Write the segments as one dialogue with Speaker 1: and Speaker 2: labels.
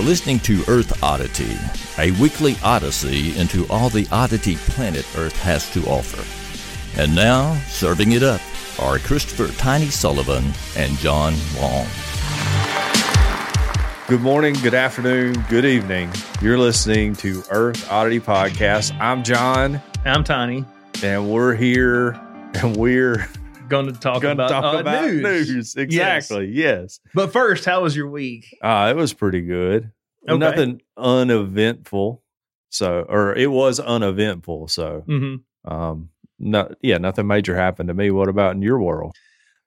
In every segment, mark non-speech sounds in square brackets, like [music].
Speaker 1: listening to Earth Oddity, a weekly odyssey into all the oddity planet Earth has to offer. And now, serving it up are Christopher Tiny Sullivan and John Long.
Speaker 2: Good morning, good afternoon, good evening. You're listening to Earth Oddity Podcast. I'm John,
Speaker 3: I'm Tiny.
Speaker 2: and we're here and we're
Speaker 3: Going to talk
Speaker 2: going to
Speaker 3: about,
Speaker 2: talk
Speaker 3: uh,
Speaker 2: about news. Exactly. Yes.
Speaker 3: But first, how was your week?
Speaker 2: Uh, it was pretty good.
Speaker 3: Okay.
Speaker 2: Nothing uneventful. So, or it was uneventful. So,
Speaker 3: hmm
Speaker 2: um, no, yeah, nothing major happened to me. What about in your world?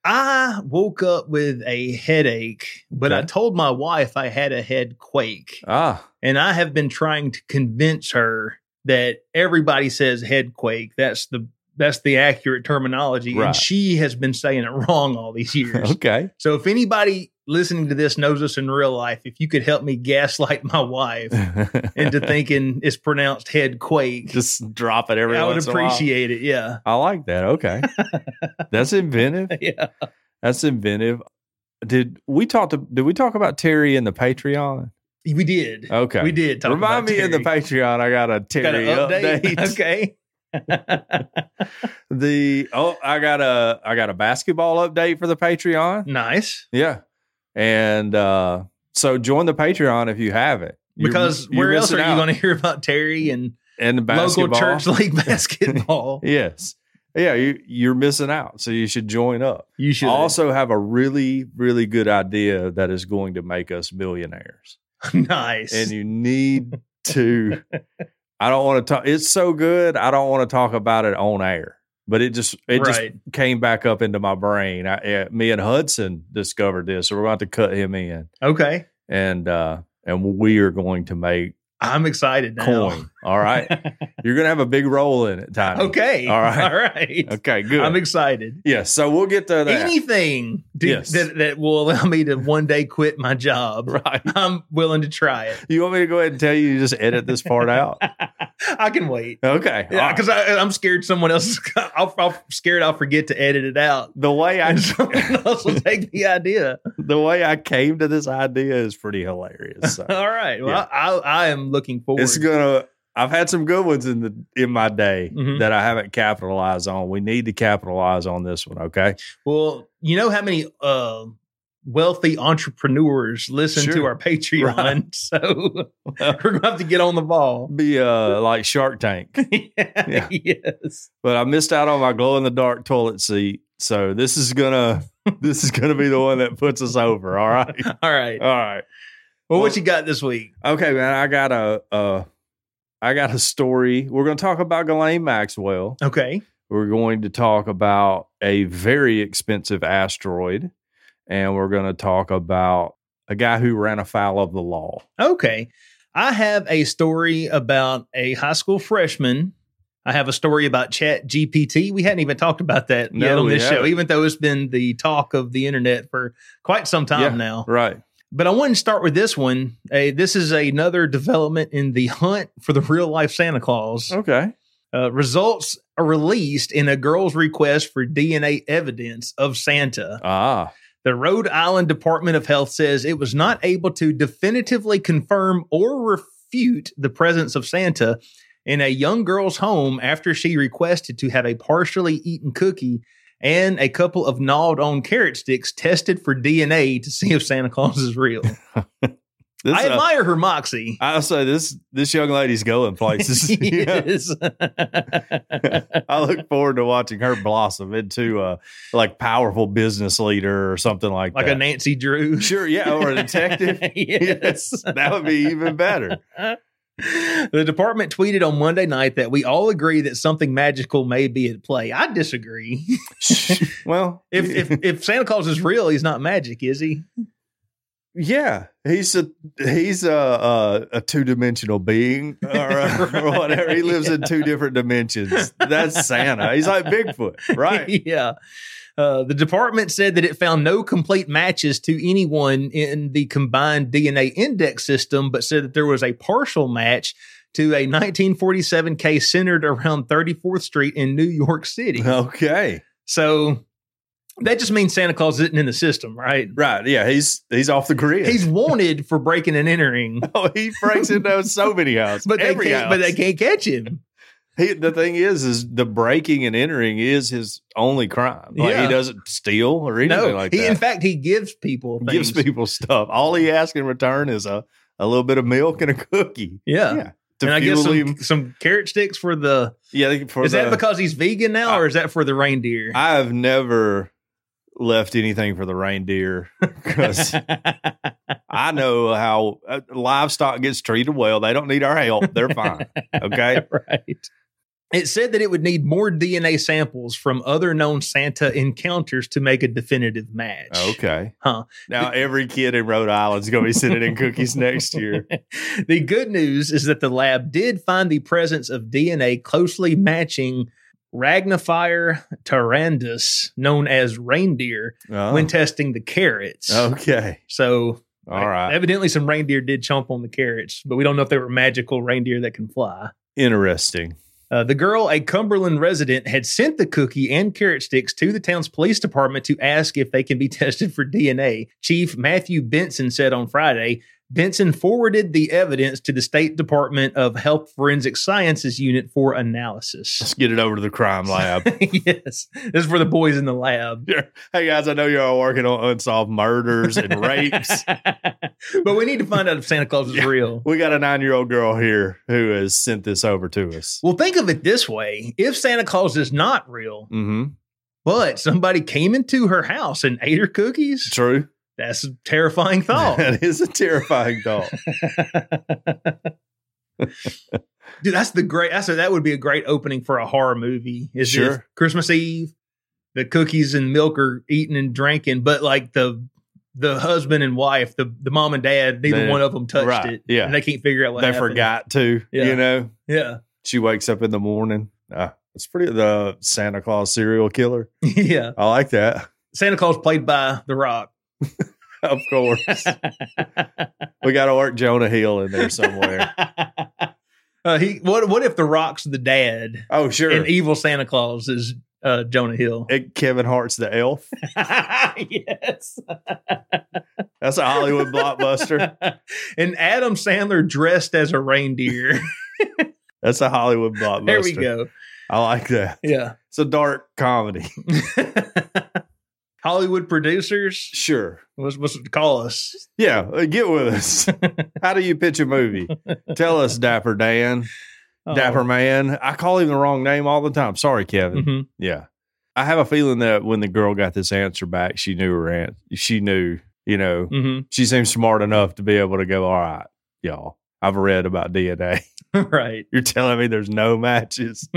Speaker 3: I woke up with a headache, but I
Speaker 2: Okay.
Speaker 3: told my wife I had a head quake,
Speaker 2: Ah,
Speaker 3: and I have been trying to convince her that everybody says head quake. That's the that's the accurate terminology,
Speaker 2: Right.
Speaker 3: and she has been saying it wrong all
Speaker 2: [laughs]
Speaker 3: these years.
Speaker 2: okay.
Speaker 3: so, if anybody listening to this knows us in real life, if you could help me gaslight
Speaker 2: [laughs]
Speaker 3: my wife into thinking it's pronounced head quake,
Speaker 2: just drop it every
Speaker 3: I would
Speaker 2: once in a while.
Speaker 3: appreciate it. Yeah. [laughs]
Speaker 2: I like that. Okay. That's inventive.
Speaker 3: Yeah.
Speaker 2: That's inventive. Did we talk to, did we talk about Terry in the Patreon?
Speaker 3: We did.
Speaker 2: Okay.
Speaker 3: We did. Talk
Speaker 2: Remind
Speaker 3: about
Speaker 2: me in the
Speaker 3: Terry.
Speaker 2: Patreon. I got a
Speaker 3: Got
Speaker 2: Terry
Speaker 3: an
Speaker 2: [laughs]
Speaker 3: update. [laughs]
Speaker 2: update.
Speaker 3: Okay. [laughs]
Speaker 2: The oh, I got a I got a basketball update for the
Speaker 3: Mm.
Speaker 2: Patreon.
Speaker 3: nice.
Speaker 2: Yeah. And uh so join the Patreon if you haven't. You're-
Speaker 3: Because
Speaker 2: you're
Speaker 3: where else are
Speaker 2: missing
Speaker 3: you
Speaker 2: out.
Speaker 3: going to hear about Terry and
Speaker 2: and the basketball?
Speaker 3: local
Speaker 2: [laughs]
Speaker 3: church [laughs] league basketball?
Speaker 2: Yes. Yeah, you you're missing out. So you should join up.
Speaker 3: you should
Speaker 2: I also have a really, really good idea that is going to make us millionaires.
Speaker 3: [laughs] nice.
Speaker 2: And you need
Speaker 3: [laughs]
Speaker 2: to. I don't want to talk. It's so good. I don't want to talk about it on air. But it just it just
Speaker 3: right.
Speaker 2: came back up into my brain. I, uh, me and Hudson discovered this, so we're about to cut him in,
Speaker 3: okay.
Speaker 2: and uh, and we are going to make
Speaker 3: I'm excited now.
Speaker 2: coin. All right, you're gonna have a big role in it, Tiny.
Speaker 3: [laughs] okay.
Speaker 2: All right.
Speaker 3: All right.
Speaker 2: okay, good.
Speaker 3: I'm excited.
Speaker 2: yeah, so we'll get to that.
Speaker 3: Anything dude,
Speaker 2: Yes.
Speaker 3: that, that will allow me to one day quit my
Speaker 2: [laughs]
Speaker 3: job,
Speaker 2: [laughs] right?
Speaker 3: I'm willing to try it. [laughs]
Speaker 2: You want me to go ahead and tell you? You just edit this part out.
Speaker 3: I can wait.
Speaker 2: Okay. all
Speaker 3: Yeah,
Speaker 2: right.
Speaker 3: because I'm scared someone else. [laughs] I'll, I'll scared I'll forget to edit it out, [laughs]
Speaker 2: the way I [laughs]
Speaker 3: and someone else will take the idea.
Speaker 2: the way I came to this idea is pretty hilarious. So.
Speaker 3: All right. Well,
Speaker 2: Yeah.
Speaker 3: I, I, I am looking forward.
Speaker 2: it's gonna. I've had some good ones in the in my day
Speaker 3: Mhm.
Speaker 2: that I haven't capitalized on. We need to capitalize on this one. Okay.
Speaker 3: Well, you know how many uh, wealthy entrepreneurs listen to
Speaker 2: Sure.
Speaker 3: our Patreon,
Speaker 2: Right.
Speaker 3: [laughs] so we're gonna have to get on the ball. [laughs]
Speaker 2: Be uh like Shark Tank, Yeah.
Speaker 3: Yes.
Speaker 2: but I missed out on my glow in the dark toilet seat. So this is gonna [laughs] this is gonna be the one that puts us over. All right.
Speaker 3: All right.
Speaker 2: All right.
Speaker 3: Well, what you got this week?
Speaker 2: Okay, man. I got a uh I got a story. We're gonna talk about Ghislaine Maxwell.
Speaker 3: Okay.
Speaker 2: We're going to talk about a very expensive asteroid, and we're going to talk about a guy who ran afoul of the law.
Speaker 3: Okay. I have a story about a high school freshman. I have a story about Chat GPT. We hadn't even talked about that
Speaker 2: No,
Speaker 3: yet on
Speaker 2: we
Speaker 3: this show,
Speaker 2: haven't.
Speaker 3: even though it's been the talk of the internet for quite some time
Speaker 2: Yeah.
Speaker 3: now.
Speaker 2: Right.
Speaker 3: But I wanted to start with this one. Uh, this is another development in the hunt for the real life Santa Claus.
Speaker 2: Okay.
Speaker 3: Uh, results are released in a girl's request for DNA evidence of Santa.
Speaker 2: Ah.
Speaker 3: The Rhode Island Department of Health says it was not able to definitively confirm or refute the presence of Santa in a young girl's home after she requested to have a partially eaten cookie and a couple of gnawed on carrot sticks tested for DNA to see if Santa Claus is real.
Speaker 2: This,
Speaker 3: I
Speaker 2: uh,
Speaker 3: admire her moxie. [laughs]
Speaker 2: I'll say this this young lady's going places. [laughs] Yeah.
Speaker 3: Yes.
Speaker 2: I look forward to watching her blossom into a like powerful business leader or something like,
Speaker 3: like a
Speaker 2: that.
Speaker 3: Nancy
Speaker 2: [laughs]
Speaker 3: Drew.
Speaker 2: sure, yeah, or a detective.
Speaker 3: [laughs] yes.
Speaker 2: That would be even
Speaker 3: [laughs]
Speaker 2: better.
Speaker 3: the department tweeted on Monday night that we all agree that something magical may be at play. I disagree.
Speaker 2: well,
Speaker 3: if,
Speaker 2: [laughs]
Speaker 3: if if Santa Claus is real, he's not magic, is he? [laughs]
Speaker 2: Yeah, he's a he's a a, a two dimensional being [laughs] or, uh, or whatever. He lives in two different dimensions. That's Santa. He's like Bigfoot,
Speaker 3: [laughs]
Speaker 2: right?
Speaker 3: yeah. Uh, the department said that it found no complete matches to anyone in the combined DNA index system, but said that there was a partial match to a 1947 case
Speaker 2: Uh-huh.
Speaker 3: centered around 34th Street in New York City.
Speaker 2: Okay,
Speaker 3: So That just means Santa Claus isn't in the system, right?
Speaker 2: Right. Yeah. He's he's off the grid.
Speaker 3: He's wanted for breaking and entering,
Speaker 2: oh, [laughs] he breaks into so many houses.
Speaker 3: but they
Speaker 2: every
Speaker 3: can't, but
Speaker 2: house.
Speaker 3: they can't catch him.
Speaker 2: He, the thing is, is the breaking and entering is his only crime. Like
Speaker 3: Yeah.
Speaker 2: he doesn't steal or anything
Speaker 3: No,
Speaker 2: like
Speaker 3: he in
Speaker 2: that.
Speaker 3: fact he gives people
Speaker 2: He gives
Speaker 3: things.
Speaker 2: people stuff. All he asks in return is a, a little bit of milk and a cookie
Speaker 3: yeah.
Speaker 2: Yeah. to
Speaker 3: And I
Speaker 2: fuel
Speaker 3: guess some,
Speaker 2: him.
Speaker 3: some carrot sticks for the.
Speaker 2: Yeah, for
Speaker 3: is that
Speaker 2: the-
Speaker 3: because he's vegan now, or is that for the reindeer? [laughs]
Speaker 2: I have never left anything for the reindeer because
Speaker 3: [laughs]
Speaker 2: I know how uh, livestock gets treated well. They don't need our help. They're fine. Okay.
Speaker 3: right. It said that it would need more DNA samples from other known Santa encounters to make a definitive match.
Speaker 2: Okay.
Speaker 3: Huh.
Speaker 2: Now every kid in Rhode Island's going to be sitting in cookies next year.
Speaker 3: [laughs] the good news is that the lab did find the presence of DNA closely matching Ragnifier tarandus, known as reindeer,
Speaker 2: Oh.
Speaker 3: when testing the carrots.
Speaker 2: okay.
Speaker 3: So,
Speaker 2: All right.
Speaker 3: evidently, some reindeer did chomp on the carrots, but we don't know if they were magical reindeer that can fly.
Speaker 2: Interesting.
Speaker 3: Uh, the girl, a Cumberland resident, had sent the cookie and carrot sticks to the town's police department to ask if they can be [laughs] tested for DNA. Chief Matthew Benson said on Friday Benson forwarded the evidence to the State Department of Health Forensic Sciences Unit for analysis. [laughs]
Speaker 2: Let's get it over to the crime lab.
Speaker 3: yes, this is for the boys in the lab.
Speaker 2: You're- hey guys, I know you're all working on unsolved murders and rapes.
Speaker 3: [laughs] but we need to find out if Santa Claus is
Speaker 2: Yeah.
Speaker 3: real.
Speaker 2: we got a nine year old girl here who has sent this over to us.
Speaker 3: Well, think of it this way if Santa Claus is not real,
Speaker 2: Mm-hmm.
Speaker 3: but somebody came into her house and ate her cookies,
Speaker 2: True.
Speaker 3: that's a terrifying
Speaker 2: [laughs]
Speaker 3: thought.
Speaker 2: That is a terrifying thought.
Speaker 3: Dude, that's the great. That's a, that would be a great opening for a horror movie. Is
Speaker 2: Sure.
Speaker 3: if Christmas Eve, the cookies and milk are eaten and drinking, but like the the husband and wife, the the mom and dad, neither
Speaker 2: They-
Speaker 3: one of them [laughs] touched
Speaker 2: right,
Speaker 3: it.
Speaker 2: yeah.
Speaker 3: and they can't figure out what
Speaker 2: they
Speaker 3: happened.
Speaker 2: forgot to,
Speaker 3: Yeah.
Speaker 2: you know.
Speaker 3: Yeah, [laughs]
Speaker 2: She wakes up in the morning. Ah, it's pretty the Santa Claus serial killer.
Speaker 3: yeah.
Speaker 2: I like that. [laughs]
Speaker 3: Santa Claus played by The Rock.
Speaker 2: Of course. we gotta work Jonah Hill in there
Speaker 3: [laughs]
Speaker 2: somewhere.
Speaker 3: uh, he what? What if The Rock's the dad
Speaker 2: Oh, sure.
Speaker 3: and evil Santa Claus is uh, Jonah
Speaker 2: [laughs]
Speaker 3: Hill? [laughs]
Speaker 2: And Kevin Hart's the elf.
Speaker 3: yes. [laughs]
Speaker 2: That's a Hollywood blockbuster.
Speaker 3: and Adam Sandler dressed as
Speaker 2: [laughs]
Speaker 3: a reindeer.
Speaker 2: That's a Hollywood blockbuster.
Speaker 3: there we go.
Speaker 2: I like that.
Speaker 3: Yeah.
Speaker 2: It's a dark comedy. [laughs]
Speaker 3: Hollywood producers,
Speaker 2: Sure.
Speaker 3: what's, what's it call us?
Speaker 2: Yeah, uh, get with
Speaker 3: [laughs]
Speaker 2: us. How do you pitch a movie? Tell us, Dapper Dan,
Speaker 3: Oh.
Speaker 2: Dapper Man. I call him the wrong name all the time. Sorry, Kevin.
Speaker 3: Mhm.
Speaker 2: Yeah, I have a feeling that when the girl got this answer back, she knew her aunt. She knew, you know,
Speaker 3: Mhm.
Speaker 2: she seemed smart enough to be able to go. All right, y'all. I've read about DNA.
Speaker 3: mm-hmm. [laughs] right.
Speaker 2: [laughs] You're telling me there's no matches.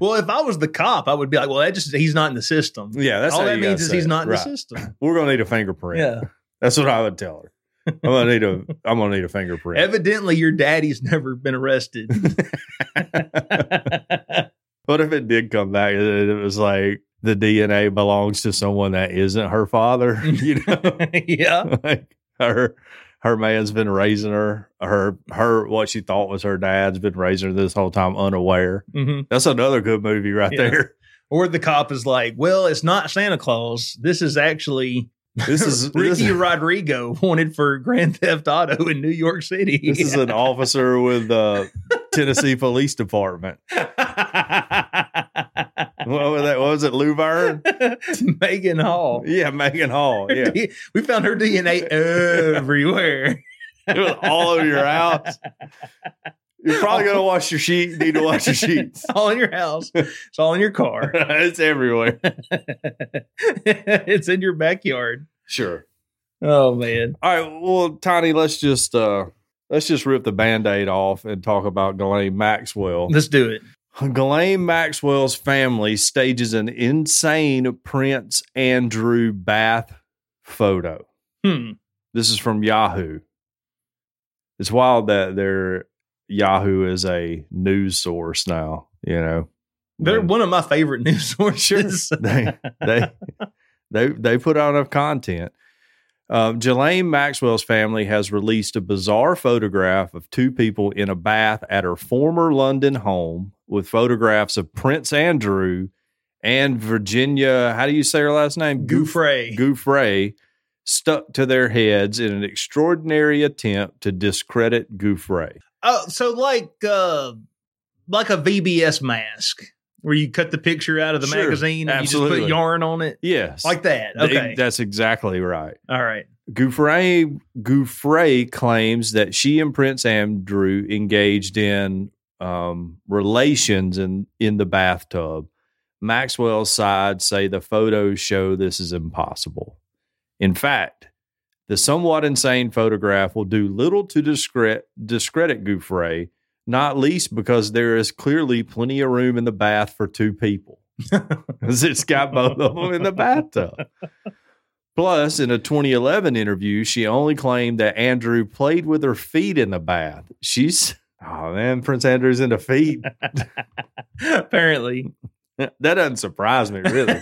Speaker 3: well, if I was the cop, I would be like, well, that just he's not in the system.
Speaker 2: Yeah, that's
Speaker 3: All
Speaker 2: how
Speaker 3: that
Speaker 2: you gotta
Speaker 3: means is
Speaker 2: say
Speaker 3: he's
Speaker 2: it.
Speaker 3: not in
Speaker 2: Right.
Speaker 3: the system.
Speaker 2: We're gonna need a fingerprint.
Speaker 3: Yeah.
Speaker 2: That's what I would tell her. I'm gonna need a. I'm gonna need a fingerprint.
Speaker 3: Evidently, your daddy's never been arrested.
Speaker 2: [laughs]
Speaker 3: [laughs]
Speaker 2: What if it did come back and it was like the DNA belongs to someone that isn't her father?
Speaker 3: [laughs]
Speaker 2: You know,
Speaker 3: yeah.
Speaker 2: [laughs] like her her man's been raising her. Her her what she thought was her dad's been raising her this whole time unaware.
Speaker 3: hmm
Speaker 2: That's another good movie right
Speaker 3: Yeah. [laughs]
Speaker 2: there.
Speaker 3: Or the cop is like, well, it's not Santa Claus. This is actually
Speaker 2: This is this,
Speaker 3: Ricky
Speaker 2: is- [laughs]
Speaker 3: Rodrigo wanted for Grand Theft Auto in New York City.
Speaker 2: this
Speaker 3: [laughs]
Speaker 2: is an officer with the Tennessee Police Department. What was that? What was it? Lou Verne?
Speaker 3: [laughs] Megan Hall.
Speaker 2: Yeah, Megan Hall. Yeah.
Speaker 3: [laughs] We found
Speaker 2: [laughs]
Speaker 3: her DNA everywhere.
Speaker 2: It was all over your house. You're probably gonna wash your sheet. Need to wash your sheets. [laughs]
Speaker 3: It's all in your house. It's all in your car. [laughs]
Speaker 2: it's everywhere.
Speaker 3: it's in your backyard.
Speaker 2: Sure.
Speaker 3: Oh man.
Speaker 2: All right. Well, Tiny, let's just uh let's just rip the band-aid off and talk about Ghislaine Maxwell.
Speaker 3: Let's do it.
Speaker 2: Ghislaine Maxwell's family stages an insane Prince Andrew Bath photo.
Speaker 3: Hmm.
Speaker 2: This is from Yahoo. It's wild that their Yahoo is a news source now, you know.
Speaker 3: They're
Speaker 2: When-
Speaker 3: one of my favorite [laughs] news sources.
Speaker 2: they they they they put out enough content. Um, Jelaine Maxwell's family has released a bizarre photograph of two people in a bath at her former London home with photographs of Prince Andrew and Virginia, how do you say her last name?
Speaker 3: Gouffre.
Speaker 2: Gouffre stuck to their heads in an extraordinary attempt to discredit Gouffre.
Speaker 3: Oh, so like uh like a VBS mask where you cut the picture out of the
Speaker 2: Sure,
Speaker 3: magazine and you
Speaker 2: absolutely.
Speaker 3: just put yarn on it.
Speaker 2: Yes.
Speaker 3: Like that.
Speaker 2: Th-
Speaker 3: Okay.
Speaker 2: That's exactly right.
Speaker 3: All right. [laughs]
Speaker 2: Gouffre, Gouffre claims that she and Prince Andrew engaged in um, relations in, in the bathtub. Maxwell's side say the photos show this is impossible. In fact, the somewhat insane photograph will do little to discredit, discredit Gouffre, not least because there is clearly plenty of room in the bath for two people. 'Cause it's got both of them in the bathtub. Plus, in a 2011 interview, she only claimed that Andrew played with her feet in the bath. She's, oh man, Prince Andrew's into feet. [laughs]
Speaker 3: Apparently. [laughs]
Speaker 2: that doesn't surprise me, really.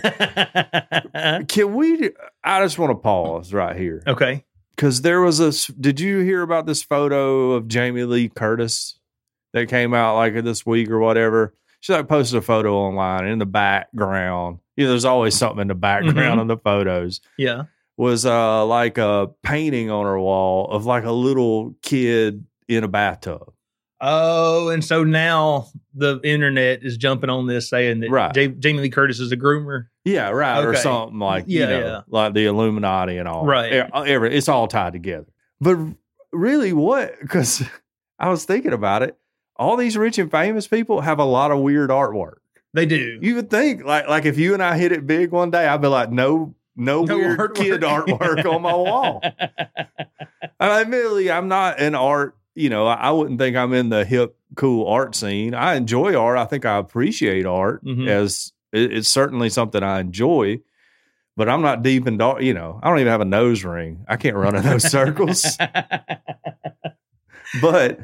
Speaker 2: Can we? I just want to pause right here
Speaker 3: okay.
Speaker 2: because there was a. s- Did you hear about this photo of Jamie Lee Curtis that came out like this week or whatever? She like posted a photo online in the background. You know, there's always something in the background
Speaker 3: Mhm.
Speaker 2: on the photos.
Speaker 3: Yeah.
Speaker 2: was uh like a painting on her wall of like a little kid in a bathtub.
Speaker 3: Oh, and so now the internet is jumping on this saying that
Speaker 2: Right.
Speaker 3: Ja- Jamie Lee Curtis is a groomer.
Speaker 2: Yeah, right. Or
Speaker 3: Okay.
Speaker 2: something like
Speaker 3: Yeah,
Speaker 2: you know,
Speaker 3: yeah.
Speaker 2: like the Illuminati and all.
Speaker 3: Right.
Speaker 2: E- Every, it's all tied together. But really, what? Because [laughs] I was thinking about it. All these rich and famous people have a lot of weird artwork.
Speaker 3: They do.
Speaker 2: You would think, like, like if you and I hit it big one day, I'd be like, no, no,
Speaker 3: No
Speaker 2: weird
Speaker 3: artwork. [laughs]
Speaker 2: kid artwork on my wall. I mean, admittedly, I'm not an art. You know, I I wouldn't think I'm in the hip, cool art scene. I enjoy art. I think I appreciate art
Speaker 3: Mhm.
Speaker 2: as it, it's certainly something I enjoy. But I'm not deep in dark. You know, I don't even have a nose ring. I can't run in those
Speaker 3: [laughs]
Speaker 2: circles. But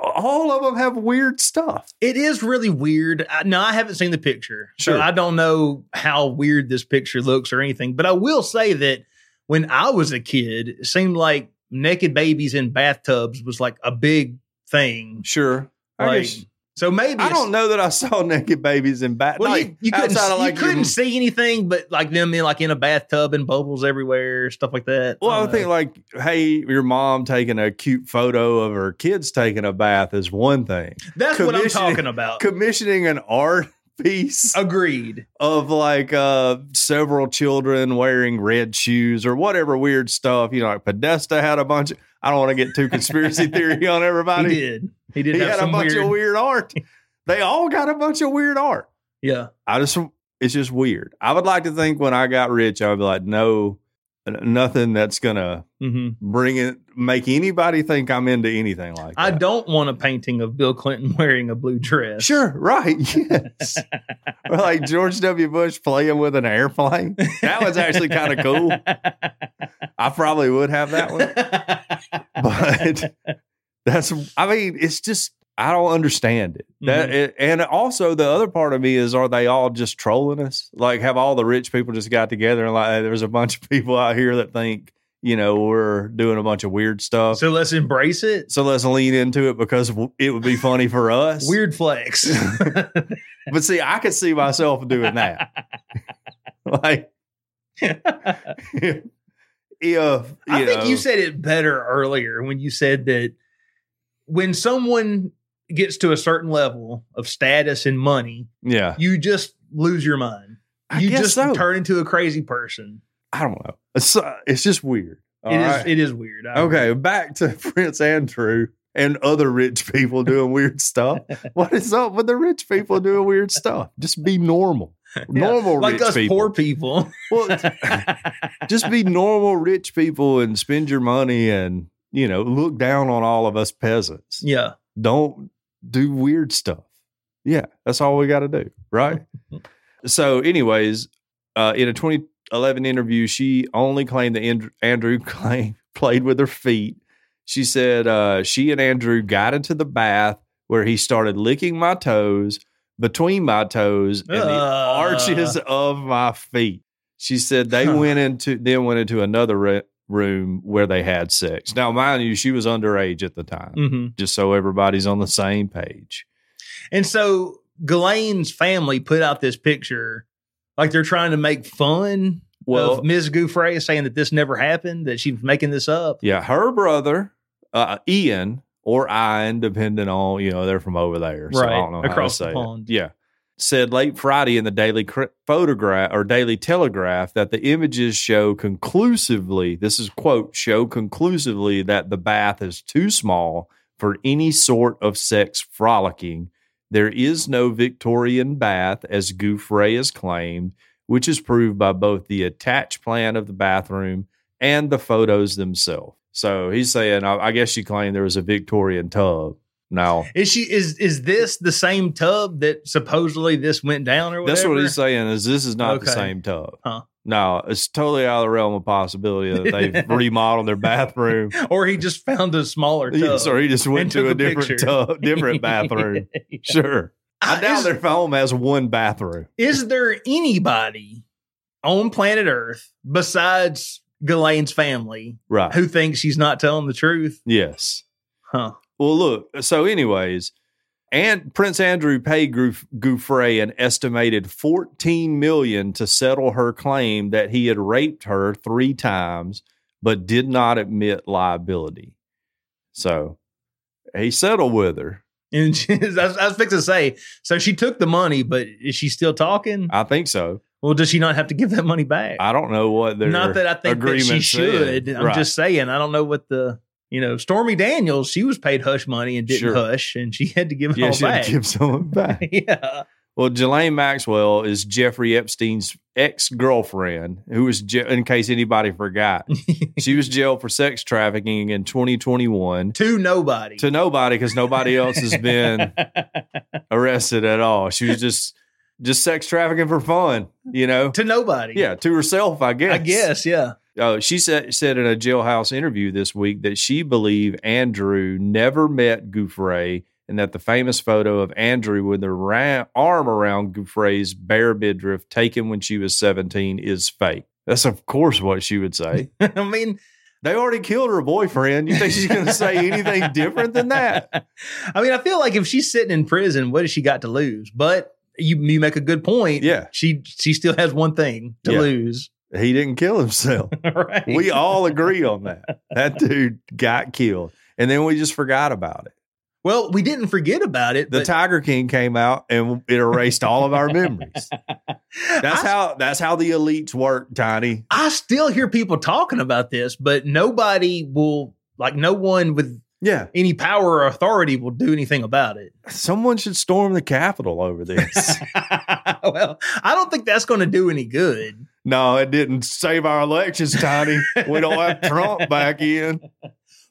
Speaker 2: all of them have weird stuff.
Speaker 3: It is really weird. I, no, I haven't seen the picture,
Speaker 2: Sure.
Speaker 3: so I don't know how weird this picture looks or anything. But I will say that when I was a kid, it seemed like naked babies in bathtubs was like a big thing.
Speaker 2: Sure. I,
Speaker 3: Like,
Speaker 2: guess-
Speaker 3: so maybe
Speaker 2: I
Speaker 3: it's-
Speaker 2: don't know that I saw [laughs] naked babies in bat.
Speaker 3: Well,
Speaker 2: like,
Speaker 3: you, you couldn't,
Speaker 2: outside of,
Speaker 3: you
Speaker 2: like, your-
Speaker 3: couldn't see anything, but like them in like in a bathtub and bubbles everywhere, stuff like that.
Speaker 2: Well, I
Speaker 3: don't
Speaker 2: would think
Speaker 3: know.
Speaker 2: like, hey, your mom taking a cute photo of her kids taking a bath is one thing.
Speaker 3: that's what
Speaker 2: [laughs]
Speaker 3: I'm
Speaker 2: commission-
Speaker 3: talking about.
Speaker 2: Commissioning an art [laughs] piece
Speaker 3: Agreed.
Speaker 2: of like uh several children wearing red shoes or whatever weird stuff. You know, like Podesta had a bunch. Of, I don't want to get too
Speaker 3: [laughs]
Speaker 2: conspiracy theory on
Speaker 3: He
Speaker 2: everybody.
Speaker 3: did. He did.
Speaker 2: He
Speaker 3: have
Speaker 2: had a
Speaker 3: some
Speaker 2: bunch
Speaker 3: weird,
Speaker 2: of weird
Speaker 3: [laughs]
Speaker 2: art. they all got a bunch of weird art.
Speaker 3: Yeah.
Speaker 2: I just it's just weird. I would like to think when I got rich, I would be like, no, n- nothing that's gonna
Speaker 3: hmm
Speaker 2: bring it make anybody think I'm into anything like
Speaker 3: I
Speaker 2: that.
Speaker 3: don't want a painting of Bill Clinton [laughs] wearing a blue dress.
Speaker 2: Sure, right. [laughs] Yes. or like George W. Bush playing with an airplane. That was actually kind of
Speaker 3: [laughs]
Speaker 2: cool. I probably would have that one. But that's I mean, it's just I don't understand it. That
Speaker 3: Mm-hmm.
Speaker 2: it, and also the other part of me is are they all just trolling us? Like have all the rich people just got together and like hey, there's a bunch of people out here that think, you know, we're doing a bunch of weird stuff.
Speaker 3: so let's embrace it.
Speaker 2: So let's lean into it because w- it would be funny for us.
Speaker 3: Weird
Speaker 2: [laughs]
Speaker 3: flex. [laughs]
Speaker 2: But see, I could see myself doing that.
Speaker 3: [laughs]
Speaker 2: like, if, if
Speaker 3: I think
Speaker 2: know,
Speaker 3: you said it better earlier when you said that when someone gets to a certain level of status and money,
Speaker 2: yeah,
Speaker 3: you just lose your mind.
Speaker 2: I
Speaker 3: you
Speaker 2: guess
Speaker 3: just
Speaker 2: so.
Speaker 3: turn into a crazy person.
Speaker 2: I don't know. It's, uh, it's just weird.
Speaker 3: It is.
Speaker 2: Alright?
Speaker 3: It is weird. I agree.
Speaker 2: okay, back to [laughs] Prince Andrew and other rich people doing weird
Speaker 3: [laughs]
Speaker 2: stuff. What is up with the rich people doing weird stuff? Just be
Speaker 3: [laughs]
Speaker 2: normal. Normal
Speaker 3: like
Speaker 2: rich
Speaker 3: us
Speaker 2: people.
Speaker 3: poor people.
Speaker 2: [laughs]
Speaker 3: [laughs]
Speaker 2: Well, [laughs] just be normal rich people and spend your money and you know look down on all of us peasants
Speaker 3: yeah.
Speaker 2: don't do weird stuff yeah that's all we got to do
Speaker 3: [laughs]
Speaker 2: right so anyways uh, in a 2011 interview she only claimed that Andrew, andrew [laughs] claimed, played with her feet she said uh, she and andrew got into the bath where he started licking my toes between my toes and the
Speaker 3: Uh.
Speaker 2: arches of my feet. She said they
Speaker 3: Huh.
Speaker 2: went into then went into another re- room where they had sex. Now, mind you, she was underage at the time,
Speaker 3: hmm
Speaker 2: just so everybody's on the same page.
Speaker 3: And so Ghislaine's family put out this picture Like they're trying to make fun
Speaker 2: Well,
Speaker 3: of Ms. Gouffray saying that this never happened, that she's making this up.
Speaker 2: yeah, her brother, uh, Ian or Ian, depending on you know they're from over there, so I
Speaker 3: Right,
Speaker 2: don't know how to
Speaker 3: across the
Speaker 2: say it.
Speaker 3: pond.
Speaker 2: Yeah, said late Friday in the Daily Cr- Photograph or Daily Telegraph that the images show conclusively. This is quote show conclusively that the bath is too small for any sort of sex frolicking. There is no Victorian bath, as Gouffray has claimed, which is proved by both the attached plan of the bathroom and the photos themselves. So he's saying, I, I guess she claimed there was a Victorian tub. Now,
Speaker 3: Is she is is this the same tub that supposedly this went down or whatever?
Speaker 2: that's what he's saying is this is not the
Speaker 3: Okay.
Speaker 2: same tub.
Speaker 3: Huh.
Speaker 2: No, it's totally out of the realm of possibility that
Speaker 3: [laughs]
Speaker 2: they've remodeled their bathroom.
Speaker 3: Or he just found a smaller tub.
Speaker 2: Yeah, so he just
Speaker 3: And
Speaker 2: went to
Speaker 3: took
Speaker 2: a
Speaker 3: a
Speaker 2: different
Speaker 3: picture. Uh,
Speaker 2: tub,
Speaker 3: [laughs]
Speaker 2: different bathroom. Sure. I doubt
Speaker 3: is,
Speaker 2: their home has one bathroom.
Speaker 3: is there anybody on planet Earth besides Ghislaine's family
Speaker 2: Right.
Speaker 3: who thinks she's not telling the truth?
Speaker 2: Yes.
Speaker 3: Huh. [laughs]
Speaker 2: Well, look. So, anyways, and Prince Andrew paid Gou- Gouffray an estimated fourteen million to settle her claim that he had raped her three times, but did not admit liability. So, he settled with her.
Speaker 3: And [laughs] she, I, was, I was fixing to say, so she took the money, but is she still talking?
Speaker 2: I think so.
Speaker 3: Well, does she not have to give that money back?
Speaker 2: I don't know what their
Speaker 3: not that I think that she
Speaker 2: agreement
Speaker 3: should.
Speaker 2: said.
Speaker 3: I'm
Speaker 2: Right.
Speaker 3: just saying, I don't know what the you know Stormy Daniels. She was paid hush money and didn't
Speaker 2: Sure.
Speaker 3: hush, and she had to give it
Speaker 2: yeah,
Speaker 3: all
Speaker 2: she had
Speaker 3: back.
Speaker 2: to give someone back.
Speaker 3: [laughs] yeah,
Speaker 2: Well, Jelaine Maxwell is Jeffrey Epstein's ex girlfriend, who was, je- in case anybody forgot, she was jailed for sex trafficking in 2021
Speaker 3: to nobody.
Speaker 2: to nobody because nobody else has been arrested at all. She was just just sex trafficking for fun, you
Speaker 3: [laughs]
Speaker 2: know.
Speaker 3: to nobody.
Speaker 2: Yeah, to herself, I guess.
Speaker 3: I guess. Yeah, [laughs]
Speaker 2: Oh, she said said in a jailhouse interview this week that she believed Andrew never met Gouffray and that the famous photo of Andrew with the ra- arm around Gouffray's bare midriff taken when she was 17 is fake. That's of course what she would say.
Speaker 3: I mean,
Speaker 2: [laughs] they already killed her boyfriend. You think she's going [laughs] to say anything different than that?
Speaker 3: [laughs] I mean, I feel like if she's sitting in prison, what has she got to lose? But you you make a good point.
Speaker 2: Yeah.
Speaker 3: she she still has one thing to
Speaker 2: Yeah.
Speaker 3: lose. [laughs]
Speaker 2: He didn't kill himself.
Speaker 3: right.
Speaker 2: We all agree on that. That dude got killed. And then we just forgot about it.
Speaker 3: well, we didn't forget about it.
Speaker 2: The
Speaker 3: but
Speaker 2: Tiger King came out and it erased all of our
Speaker 3: [laughs]
Speaker 2: memories. That's
Speaker 3: I
Speaker 2: how that's how the elites work, Tiny.
Speaker 3: I still hear people talking about this, but nobody will like no one with
Speaker 2: Yeah.
Speaker 3: any power or authority will do anything
Speaker 2: [laughs]
Speaker 3: about it.
Speaker 2: Someone should storm the Capitol over
Speaker 3: [laughs]
Speaker 2: this.
Speaker 3: well, I don't think that's going to do any good.
Speaker 2: no, it didn't save our elections, Tiny. We don't have Trump back in.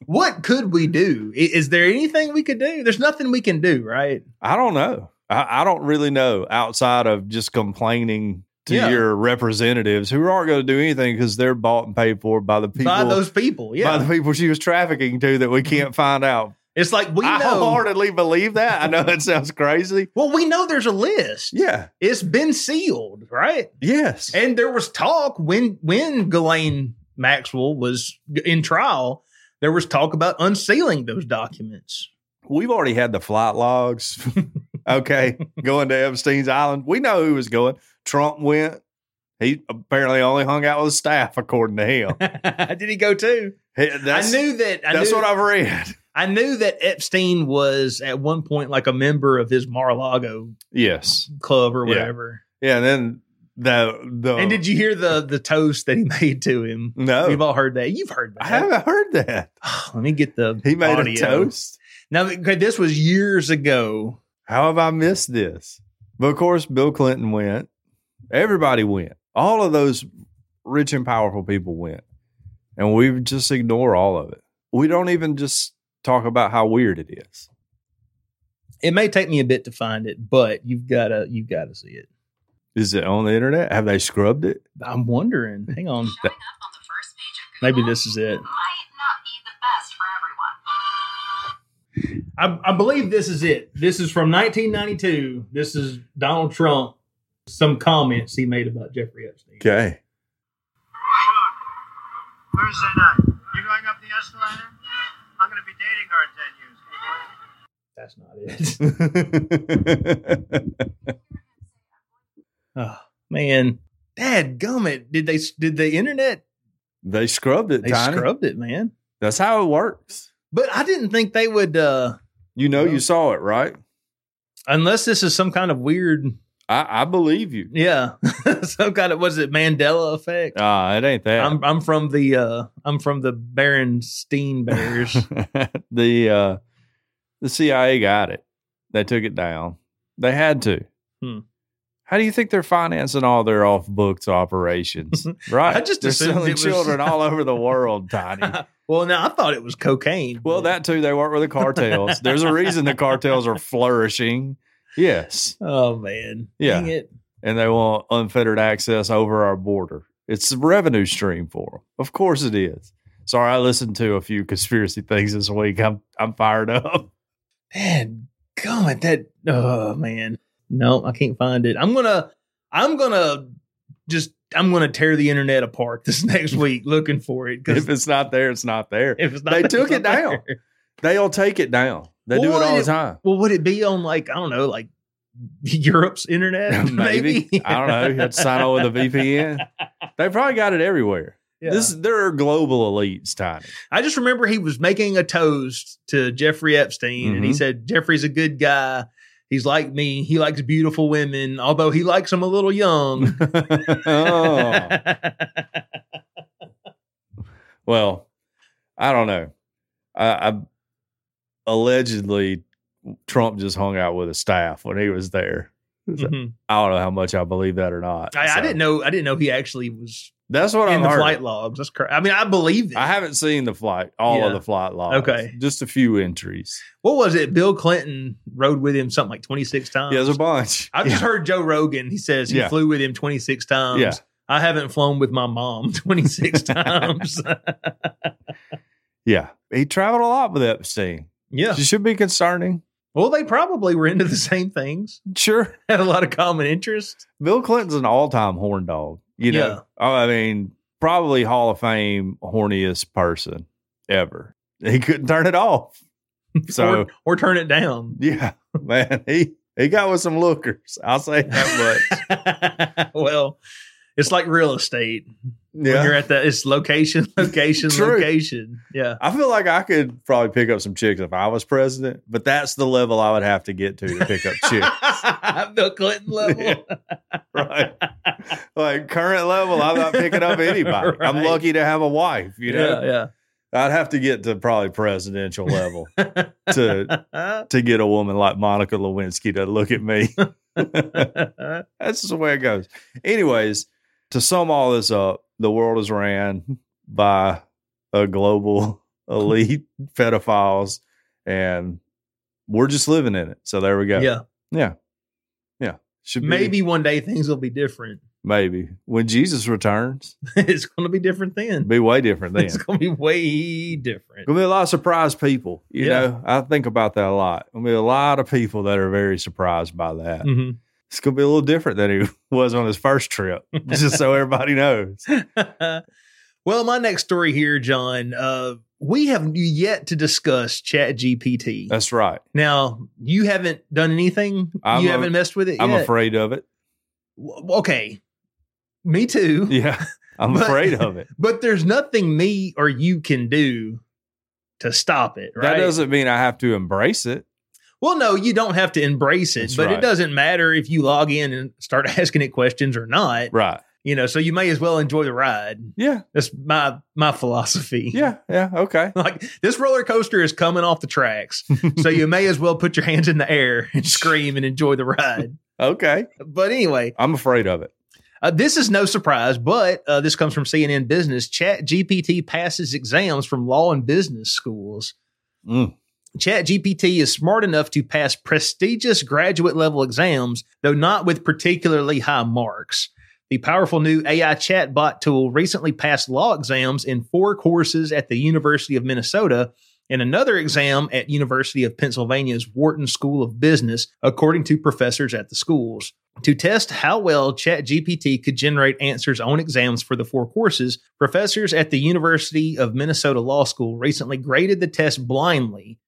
Speaker 3: What could we do? I- Is there anything we could do? There's nothing we can do, right?
Speaker 2: I don't know. I, I don't really know outside of just complaining to
Speaker 3: Yeah.
Speaker 2: your representatives who aren't going to do anything because they're bought and paid for by the people
Speaker 3: By those people, yeah.
Speaker 2: by the people she was trafficking to that we can't find out.
Speaker 3: it's like we
Speaker 2: I
Speaker 3: know.
Speaker 2: wholeheartedly believe that. I know that sounds crazy.
Speaker 3: Well, we know there's a list.
Speaker 2: Yeah.
Speaker 3: It's been sealed, right?
Speaker 2: Yes.
Speaker 3: And there was talk when when Ghislaine Maxwell was in trial, there was talk about unsealing those documents.
Speaker 2: we've already had the flight
Speaker 3: [laughs]
Speaker 2: logs. okay, going to Epstein's Island. We know who was going. Trump went. He apparently only hung out with staff, according to him.
Speaker 3: [laughs] Did he go too?
Speaker 2: He- that's,
Speaker 3: [laughs] I knew that. I
Speaker 2: that's
Speaker 3: knew,
Speaker 2: what I've read.
Speaker 3: I knew that Epstein was at one point like a member of his Mar-a-Lago
Speaker 2: Yes.
Speaker 3: club or
Speaker 2: Yeah. Um,
Speaker 3: whatever.
Speaker 2: Yeah. And then the the
Speaker 3: And did you hear the the toast that he [laughs] made to him?
Speaker 2: no?
Speaker 3: We've all heard that. You've heard that.
Speaker 2: Oh. I haven't heard that.
Speaker 3: [sighs] Let me get the
Speaker 2: He made
Speaker 3: audio.
Speaker 2: a toast.
Speaker 3: Now, okay, this was years ago.
Speaker 2: How have I missed this? But of course, Bill Clinton went. Everybody went. All of those rich and powerful people went. And we just ignore all of it. We don't even just talk about how weird it is.
Speaker 3: It may take me a bit to find it, but you've gotta you've gotta see it.
Speaker 2: Is it on the internet? Have they scrubbed it?
Speaker 3: I'm wondering. Hang on. [laughs]
Speaker 4: Showing up on the first page of Google
Speaker 3: Maybe this is it.
Speaker 4: might not be the best for everyone.
Speaker 3: I, I believe this is it. This is from 1992. This is Donald Trump. Some comments he made about Jeffrey Epstein.
Speaker 2: [laughs] Okay.
Speaker 5: Sure. Thursday night. You going up the escalator? I'm gonna be dating her in ten years.
Speaker 3: That's [laughs] not
Speaker 2: That's
Speaker 3: it. Ah, man, dad gummit. Did they did the internet
Speaker 2: They scrubbed it,
Speaker 3: they
Speaker 2: Tiny.
Speaker 3: scrubbed it, man.
Speaker 2: That's how it works.
Speaker 3: But I didn't think they would uh
Speaker 2: You know,
Speaker 3: Well-
Speaker 2: you saw it, right?
Speaker 3: unless this is some kind of weird
Speaker 2: I, I believe you.
Speaker 3: yeah. [laughs] some kind of was it Mandela effect?
Speaker 2: Ah, it ain't that.
Speaker 3: I'm I'm from the uh I'm from the Berenstein [laughs] Bears.
Speaker 2: [laughs] the uh, the CIA got it. They took it down. They had to.
Speaker 3: Hmm.
Speaker 2: How do you think they're financing all their off books operations? right.
Speaker 3: [laughs] I just
Speaker 2: they're
Speaker 3: assumed
Speaker 2: selling
Speaker 3: it was-
Speaker 2: children all over the
Speaker 3: [laughs]
Speaker 2: world, Tiny.
Speaker 3: well, now I thought it was cocaine.
Speaker 2: Well, that too. They work with the cartels. There's a reason the cartels are flourishing. Yes.
Speaker 3: Oh man.
Speaker 2: Yeah.
Speaker 3: Dang it.
Speaker 2: And they want unfettered access over our border. It's a revenue stream for them. Of course it is. Sorry, I listened to a few conspiracy things this week. I'm I'm fired up.
Speaker 3: Man, God, that oh man. No, I can't find it. I'm gonna I'm gonna just I'm gonna tear the internet apart this [laughs] next week looking for it because
Speaker 2: If it's not there, it's not there.
Speaker 3: [laughs] if it's not
Speaker 2: They
Speaker 3: there,
Speaker 2: took
Speaker 3: it's
Speaker 2: it
Speaker 3: not
Speaker 2: down.
Speaker 3: there.
Speaker 2: They'll take it down. They do it all the
Speaker 3: What? [laughs]
Speaker 2: time. [laughs]
Speaker 3: Well, would it be on like I don't know, like Europe's
Speaker 2: [laughs]
Speaker 3: internet?
Speaker 2: Maybe. I don't know. You had to sign on with a VPN. They probably got it everywhere.
Speaker 3: [laughs] Yeah.
Speaker 2: This there are global elites, Tiny. [laughs]
Speaker 3: I just remember he was making a toast to Jeffrey Epstein, and he
Speaker 2: Mhm.
Speaker 3: said, Jeffrey's a good guy. He's like me. He likes beautiful women, although he likes them a little young.
Speaker 2: [laughs] oh.
Speaker 3: [laughs]
Speaker 2: Well, I don't know. I, I allegedly Trump just hung out with his staff when he was there.
Speaker 3: Mhm.
Speaker 2: I don't know how much I believe that or not.
Speaker 3: I, I
Speaker 2: So,
Speaker 3: didn't know. I didn't know he actually was
Speaker 2: That's what
Speaker 3: in
Speaker 2: I'm
Speaker 3: the
Speaker 2: heard.
Speaker 3: flight logs. That's correct. I mean, I believe it.
Speaker 2: I haven't seen the flight, all
Speaker 3: Yeah.
Speaker 2: of the flight logs.
Speaker 3: Okay.
Speaker 2: just a few entries.
Speaker 3: what was it? Bill Clinton rode with him something like twenty six times.
Speaker 2: Yeah, there's a bunch.
Speaker 3: I've
Speaker 2: [laughs]
Speaker 3: just heard Joe Rogan. He says he
Speaker 2: Yeah.
Speaker 3: flew with him 26 times.
Speaker 2: Yeah.
Speaker 3: I haven't flown with my
Speaker 2: [laughs]
Speaker 3: mom [laughs] 26 times.
Speaker 2: Yeah, he traveled a lot with Epstein.
Speaker 3: yeah.
Speaker 2: It should be concerning.
Speaker 3: Well, they probably were into the same things, [laughs]
Speaker 2: Sure,
Speaker 3: had a lot of common interest.
Speaker 2: Bill Clinton's an all-time horn dog. You know,
Speaker 3: Yeah.
Speaker 2: Oh, I mean, probably Hall of Fame horniest person ever. He couldn't turn it
Speaker 3: [laughs]
Speaker 2: off. So
Speaker 3: or, or turn it down. [laughs]
Speaker 2: yeah, [laughs] man, he he got with some lookers. I'll say that
Speaker 3: [laughs]
Speaker 2: much.
Speaker 3: well, it's like real estate. When you're
Speaker 2: Yeah,
Speaker 3: at that, it's location, location,
Speaker 2: True.
Speaker 3: location. Yeah.
Speaker 2: I feel like I could probably pick up some chicks if I was president, but that's the level I would have to get to to pick up
Speaker 3: [laughs]
Speaker 2: chicks.
Speaker 3: Bill Clinton level.
Speaker 2: Yeah. [laughs] right. Like current level, I'm not picking up anybody. I'm
Speaker 3: Right.
Speaker 2: lucky to have a wife. You know,
Speaker 3: yeah,
Speaker 2: I'd have to get to probably presidential level
Speaker 3: [laughs]
Speaker 2: to
Speaker 3: yeah.
Speaker 2: to get a woman like Monica Lewinsky to look at
Speaker 3: [laughs]
Speaker 2: me. That's just the way it goes. Anyways, to sum all this up, the world is ran by a global [laughs] elite pedophiles, and we're just living in it. So there we go.
Speaker 3: yeah.
Speaker 2: Should be-
Speaker 3: Maybe one day things will be different. [laughs]
Speaker 2: maybe when Jesus returns,
Speaker 3: it's going to be different then. [laughs]
Speaker 2: be way different then.
Speaker 3: It's going to be way different.
Speaker 2: Gonna be a lot of surprised people. You
Speaker 3: Yeah.
Speaker 2: know, I think about that a lot. Gonna be a lot of people that are very surprised by that.
Speaker 3: Mhm.
Speaker 2: It's gonna be a little different than he [laughs] was on his first
Speaker 3: [laughs]
Speaker 2: trip, just so everybody knows.
Speaker 3: Mm-hmm. well, my next story here, John. Uh, we have yet to discuss Chat GPT.
Speaker 2: That's right.
Speaker 3: now, you haven't done anything.
Speaker 2: I'm
Speaker 3: you
Speaker 2: a-
Speaker 3: haven't messed with it.
Speaker 2: I'm
Speaker 3: yet?
Speaker 2: afraid of it. [laughs]
Speaker 3: W- Okay, me too.
Speaker 2: Yeah, I'm
Speaker 3: But-
Speaker 2: afraid of it.
Speaker 3: But there's nothing me or you can do to stop it. Right?
Speaker 2: That doesn't mean I have to embrace it.
Speaker 3: Well, no, you don't have to embrace it,
Speaker 2: That's
Speaker 3: but it
Speaker 2: right.
Speaker 3: doesn't matter if you log in and start [laughs] asking it questions or not.
Speaker 2: Right.
Speaker 3: You know, so you may as well enjoy the ride.
Speaker 2: Yeah.
Speaker 3: That's my my philosophy.
Speaker 2: Yeah. Yeah. Okay.
Speaker 3: [laughs] Like this roller coaster is coming off the tracks. so you may as well put your hands in the air
Speaker 2: [laughs]
Speaker 3: and scream and enjoy the ride.
Speaker 2: Okay.
Speaker 3: But anyway,
Speaker 2: I'm afraid of it.
Speaker 3: uh, this is no surprise, but uh, this comes from CNN Business. Chat GPT passes exams from law and business schools.
Speaker 2: Mm.
Speaker 3: ChatGPT is smart enough to pass prestigious graduate level exams, though not with particularly high marks. The powerful new AI chatbot tool recently passed law exams in four courses at the University of Minnesota and another exam at University of Pennsylvania's Wharton School of Business, according to professors at the schools. To test how well ChatGPT could generate answers on exams for the four courses, professors at the University of Minnesota Law School recently graded the test blindly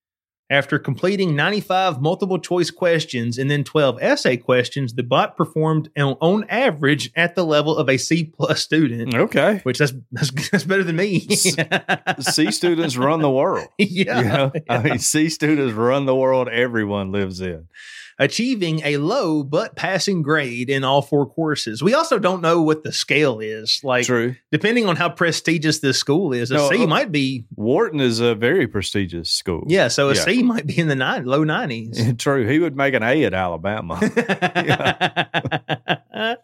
Speaker 3: After completing 95 multiple choice questions and then 12 essay questions, the bot performed on, on average at the level of a C plus student,
Speaker 2: Okay.
Speaker 3: which that's that's, [laughs] that's better than me.
Speaker 2: Mm. S- C students run the world.
Speaker 3: [laughs] yeah.
Speaker 2: You know? I mean, C students run the world everyone lives in.
Speaker 3: achieving a low but passing grade in all four courses. We also don't know what the scale is. Like,
Speaker 2: True.
Speaker 3: depending on how prestigious this school is, a C
Speaker 2: No, uh,
Speaker 3: might be,
Speaker 2: Wharton is a very prestigious school.
Speaker 3: yeah, so a
Speaker 2: yeah.
Speaker 3: C might be in the nine, low 90s.
Speaker 2: [laughs] True. He would make an A at Alabama.
Speaker 3: [laughs]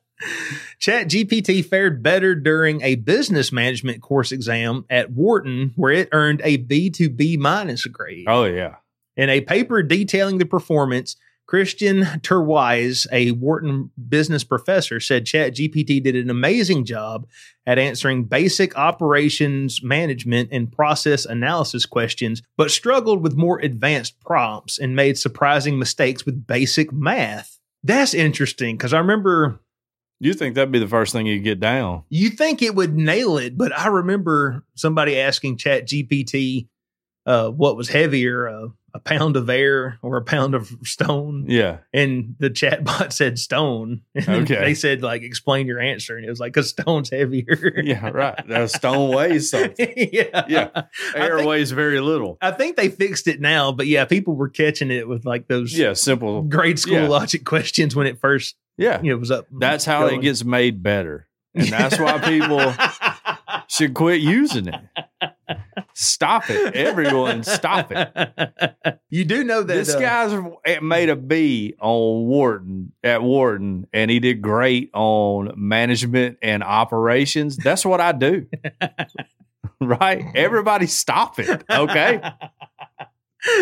Speaker 3: Chat GPT fared better during a business management course exam at Wharton, where it earned a B to B minus grade.
Speaker 2: oh, yeah.
Speaker 3: In a paper detailing the performance, Christian Terwise, a Wharton business professor, said ChatGPT did an amazing job at answering basic operations management and process analysis questions, but struggled with more advanced prompts and made surprising mistakes with basic math. That's interesting because I remember
Speaker 2: You think that'd be the first thing you get down?
Speaker 3: you think it would nail it, but I remember somebody asking ChatGPT uh, what was heavier, uh, a pound of air or a pound of stone,
Speaker 2: Yeah.
Speaker 3: and the chatbot [laughs] said stone. And then
Speaker 2: Okay.
Speaker 3: they said like explain your answer, and it was like because stone's heavier.
Speaker 2: Yeah, right. The stone weighs
Speaker 3: [laughs]
Speaker 2: something.
Speaker 3: yeah,
Speaker 2: Yeah.
Speaker 3: I
Speaker 2: Air
Speaker 3: think-
Speaker 2: weighs very little.
Speaker 3: I think they fixed it now, but yeah, people were catching it with like those
Speaker 2: Yeah, simple.
Speaker 3: grade school
Speaker 2: Yeah.
Speaker 3: logic questions when it first
Speaker 2: Yeah.
Speaker 3: you know was up.
Speaker 2: That's how it
Speaker 3: going.
Speaker 2: gets made better. And that's why
Speaker 3: [laughs]
Speaker 2: people should quit using it. Stop it. Everyone, stop it.
Speaker 3: it. You do know that
Speaker 2: This
Speaker 3: uh,
Speaker 2: guy's eh, made a B on Wharton at Wharton, and he did great on management and operations. That's what I
Speaker 3: [laughs]
Speaker 2: do. right? Everybody, stop it.
Speaker 3: [laughs]
Speaker 2: Okay.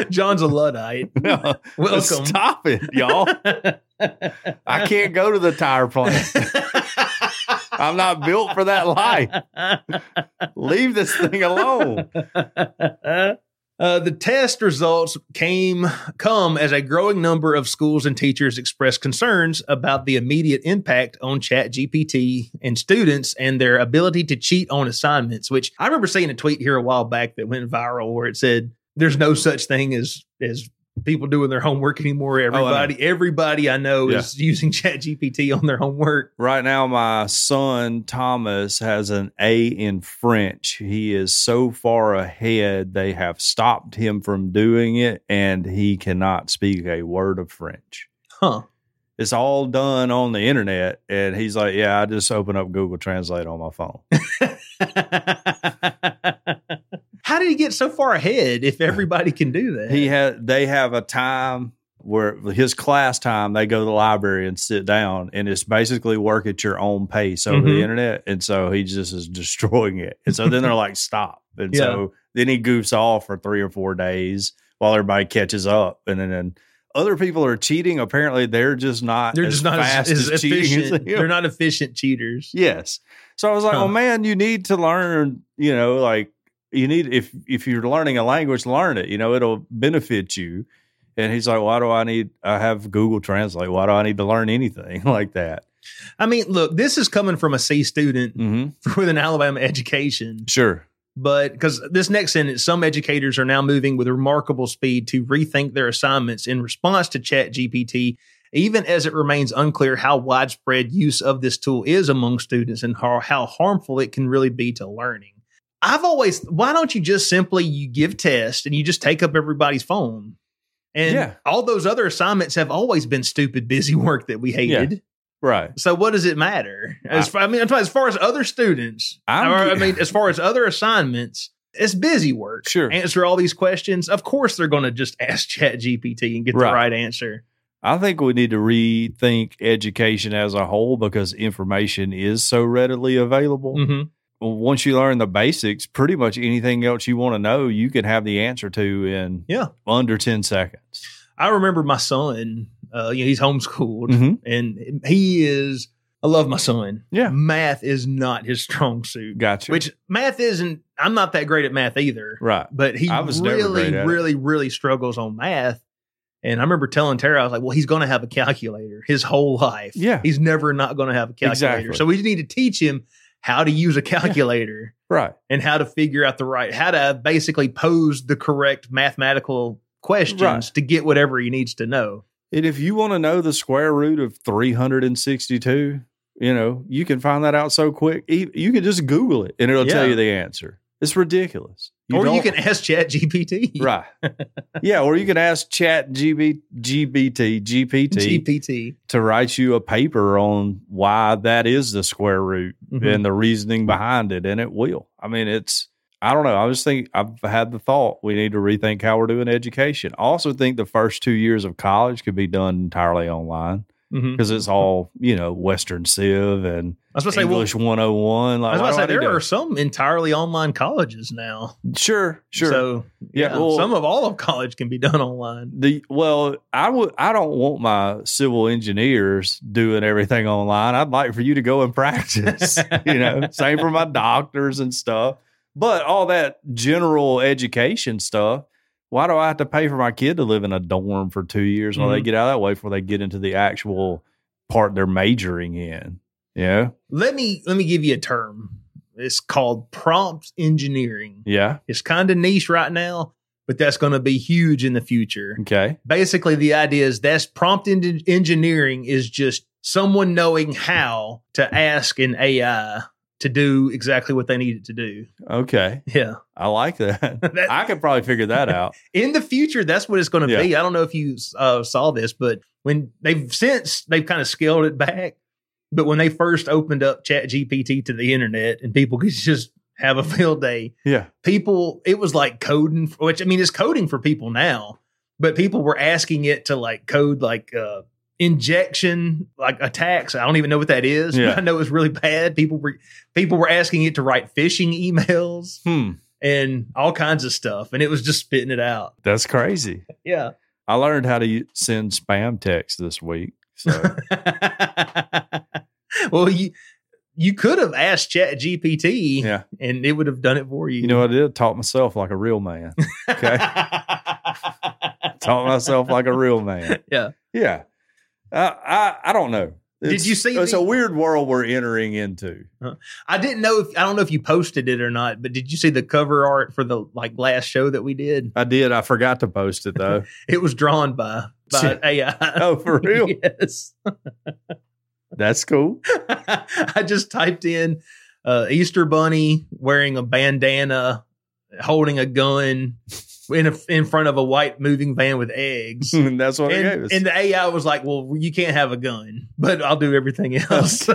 Speaker 3: John's a [laughs] Luddite. Welcome.
Speaker 2: Stop it, y'all. I can't go to the tire
Speaker 3: [laughs]
Speaker 2: plant. I'm not built for that life. Leave this thing alone.
Speaker 3: [laughs] Uh, the test results came come as a growing number of schools and teachers expressed concerns about the immediate impact on Chat GPT and students and their ability to cheat on assignments. Which I remember seeing a tweet here a while back that went viral where it said, "There's no such thing as as people doing their homework anymore.
Speaker 2: know.
Speaker 3: Everybody, everybody I know
Speaker 2: Yeah.
Speaker 3: is using [laughs] Chat GPT on their homework."
Speaker 2: Right now, my son Thomas has an A in French. He is so far ahead, they have stopped him from doing it, and he cannot speak a word of French.
Speaker 3: Huh.
Speaker 2: It's all done on the internet. And he's like, Yeah, I just open up Google Translate on my phone.
Speaker 3: [laughs] How did he get so far ahead if everybody can do that?
Speaker 2: he had they have a time where his class time they go to the library and sit down and it's basically work at your own pace over
Speaker 3: Mhm.
Speaker 2: the internet and so he just is destroying it and so then they're like stop and so then he goofs off for three or four days while everybody catches up and then, then other people are cheating apparently they're just not
Speaker 3: they're just not as,
Speaker 2: fast
Speaker 3: as
Speaker 2: cheating as
Speaker 3: efficient.
Speaker 2: him.
Speaker 3: They're not efficient cheaters.
Speaker 2: Yes. So I was like,
Speaker 3: Huh.
Speaker 2: well, man, you need to learn, you know, like you need if if you're learning a language, learn it. You know, it'll benefit you. And he's like, why do I need I have Google Translate? Why do I need to learn anything [laughs] like that?
Speaker 3: I mean, look, this is coming from a C student
Speaker 2: Mm-hmm.
Speaker 3: with an Alabama education,
Speaker 2: Sure.
Speaker 3: but because this next sentence, some educators are now moving with remarkable speed to rethink their assignments in response to Chat GPT. Even as it remains unclear how widespread use of this tool is among students and how, how harmful it can really be to learning. I've always, why don't you just simply you give tests and you just take up everybody's phone? And
Speaker 2: Yeah.
Speaker 3: all those other assignments have always been stupid, busy work that we hated.
Speaker 2: Right.
Speaker 3: So what does it matter? As far, I mean, as far as other students,
Speaker 2: I'm-
Speaker 3: or, I mean, as far as other assignments, it's busy work.
Speaker 2: Sure.
Speaker 3: answer all these questions. Of course, they're going to just [laughs] ask Chat GPT and get
Speaker 2: Right.
Speaker 3: the right answer.
Speaker 2: I think we need to rethink education as a whole because information is so readily available.
Speaker 3: hmm
Speaker 2: Well, Once you learn the basics, pretty much anything else you want to know, you can have the answer to in
Speaker 3: Yeah.
Speaker 2: under 10 seconds.
Speaker 3: I remember my son. Uh, you know, he's homeschooled,
Speaker 2: Mhm.
Speaker 3: and he is. I love my son.
Speaker 2: Yeah.
Speaker 3: math is not his strong suit.
Speaker 2: Gotcha.
Speaker 3: Which math isn't. I'm not that great at math either.
Speaker 2: right.
Speaker 3: but he
Speaker 2: I was never
Speaker 3: really,
Speaker 2: great at it.
Speaker 3: really, really struggles on math. And I remember telling Tara, I was like, well, he's going to have a calculator his whole life.
Speaker 2: Yeah.
Speaker 3: He's never not going to have a calculator.
Speaker 2: Exactly.
Speaker 3: So we just need to teach him how to use a calculator
Speaker 2: Right.
Speaker 3: and how to figure out the right, how to basically pose the correct mathematical questions
Speaker 2: Right.
Speaker 3: to get whatever he needs to know.
Speaker 2: And if you want to know the square root of 362, you know, you can find that out so quick. E- You can just Google it and it'll tell
Speaker 3: Yeah.
Speaker 2: you the answer. It's ridiculous.
Speaker 3: or you
Speaker 2: don't-
Speaker 3: can e ask Chat GPT.
Speaker 2: [laughs]
Speaker 3: [laughs]
Speaker 2: Right. yeah. Or you can ask Chat GB, GBT, GPT
Speaker 3: GPT.
Speaker 2: to write you a paper on why that is the square root
Speaker 3: Mhm.
Speaker 2: and the reasoning behind it. And it will. I mean, it's, I don't know. I just think I've had the thought we need to rethink how we're doing education. I also think the first two years of college could be done entirely online
Speaker 3: Mhm.
Speaker 2: because it's all, you know, Western Civ and
Speaker 3: I was about to say, well,
Speaker 2: English 101. Like,
Speaker 3: I was about
Speaker 2: why
Speaker 3: to say
Speaker 2: do I need
Speaker 3: there are some entirely online colleges now.
Speaker 2: Sure, sure.
Speaker 3: So yeah,
Speaker 2: yeah, well,
Speaker 3: some of all of college can be done online.
Speaker 2: the well i would i don't want my civil engineers doing everything online i'd like for you to go and practice you know same for my doctors and stuff but all that general education stuff why do i have to pay for my kid to live in a dorm for two years while they
Speaker 3: Mhm.
Speaker 2: get out of that way before they get into the actual part they're majoring in yeah
Speaker 3: Let me let me give you a term. It's called prompt engineering.
Speaker 2: yeah
Speaker 3: It's kind of niche right now, but that's going to be huge in the future.
Speaker 2: okay
Speaker 3: Basically, the idea is that's prompt en- engineering is just someone knowing how to ask an AI to do exactly what they need it to do.
Speaker 2: okay
Speaker 3: Yeah.
Speaker 2: i like that
Speaker 3: That-
Speaker 2: i could probably figure that out
Speaker 3: in the future that's what it's going to be i don't know if you uh, saw this but when they've since they've kind of scaled it back but when they first opened up chat gpt to the internet and people could [laughs] just have a field day
Speaker 2: yeah
Speaker 3: people it was like coding for, which i mean it's coding for people now but people were asking it to like code like uh injection like attacks i don't even know what that is
Speaker 2: Yeah.
Speaker 3: i know it's really bad people were people were asking it to write phishing emails
Speaker 2: hmm
Speaker 3: and all kinds of stuff and it was just spitting it out
Speaker 2: that's crazy
Speaker 3: yeah.
Speaker 2: I learned how to u- send spam text this week. [laughs] So
Speaker 3: [laughs] well, you you could have asked Chat GPT
Speaker 2: yeah,
Speaker 3: and it would have done it for you.
Speaker 2: you know what I did? Taught myself like a real [laughs] man.
Speaker 3: [laughs]
Speaker 2: okay. Taught myself like a real man.
Speaker 3: Yeah.
Speaker 2: yeah. I I, I don't know.
Speaker 3: Did
Speaker 2: It's-
Speaker 3: you see
Speaker 2: It's
Speaker 3: the-
Speaker 2: a weird world we're entering into.
Speaker 3: I didn't know if I don't know if you posted it or not, but did you see the cover art for the like last show that we did?
Speaker 2: I did. I forgot to post it though.
Speaker 3: It was drawn by by AI.
Speaker 2: [laughs]
Speaker 3: [laughs]
Speaker 2: oh, [laughs] for real?
Speaker 3: yes. [laughs]
Speaker 2: That's [laughs] cool.
Speaker 3: I just typed in uh, Easter Bunny wearing a bandana, holding a gun in a, in front of a white moving van with eggs.
Speaker 2: And That's what I gave
Speaker 3: and,
Speaker 2: us.
Speaker 3: and the AI was like, "Well, you can't have a gun, but I'll do everything else."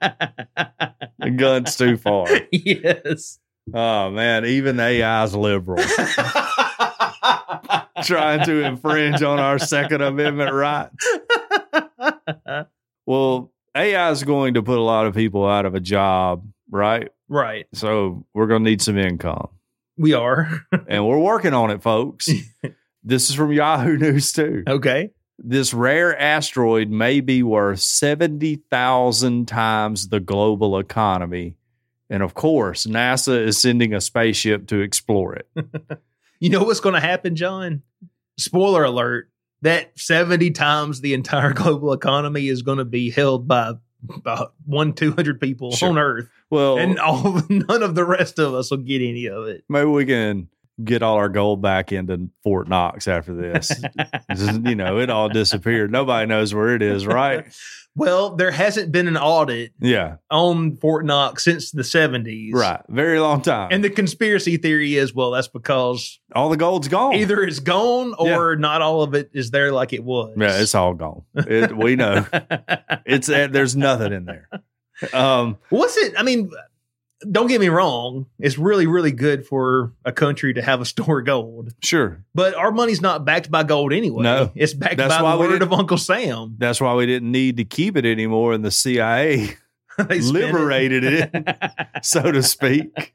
Speaker 2: The gun's too [laughs] far.
Speaker 3: [laughs] yes.
Speaker 2: Oh man, even AI's [laughs] liberal trying to infringe on our Second Amendment right. Well, AI is going to put a lot of people out of a job, right?
Speaker 3: right.
Speaker 2: So we're going to need some income.
Speaker 3: We are [laughs]
Speaker 2: and we're working on it, folks. this is from Yahoo News, too.
Speaker 3: okay.
Speaker 2: This rare asteroid may be worth 70,000 times the global economy. And of course, NASA is sending a spaceship to explore it.
Speaker 3: Hmm. You know what's going to happen, John? Spoiler alert: that seventy times the entire [laughs] global economy is going to be held by about one two hundred people
Speaker 2: Sure.
Speaker 3: on Earth,
Speaker 2: Well,
Speaker 3: and all [laughs] none of the rest of us will get any of it.
Speaker 2: maybe we can get all our gold back into Fort Knox after
Speaker 3: [laughs]
Speaker 2: this. This is- you know, it all disappeared. Nobody knows where it is,
Speaker 3: [laughs]
Speaker 2: right?
Speaker 3: Well, there hasn't been an audit
Speaker 2: Yeah,
Speaker 3: on Fort Knox since the 70s.
Speaker 2: right. Very long time.
Speaker 3: And the conspiracy theory is well, that's because
Speaker 2: all the gold's gone.
Speaker 3: either it's gone or not all of it is there like it was.
Speaker 2: yeah, it's all gone. It, we [laughs] know it's uh, there's nothing in there. Um,
Speaker 3: What's it? I mean, don't get me wrong. It's really, really good for a country to have a store of gold,
Speaker 2: sure.
Speaker 3: but our money's not backed by gold anyway.
Speaker 2: No.
Speaker 3: it's backed
Speaker 2: That's
Speaker 3: by
Speaker 2: why
Speaker 3: the
Speaker 2: we
Speaker 3: word
Speaker 2: didn't-
Speaker 3: of Uncle Sam. [laughs]
Speaker 2: That's why we didn't need to keep it anymore, and the CIA,
Speaker 3: They spin it.
Speaker 2: Liberated it.
Speaker 3: [laughs]
Speaker 2: so to speak.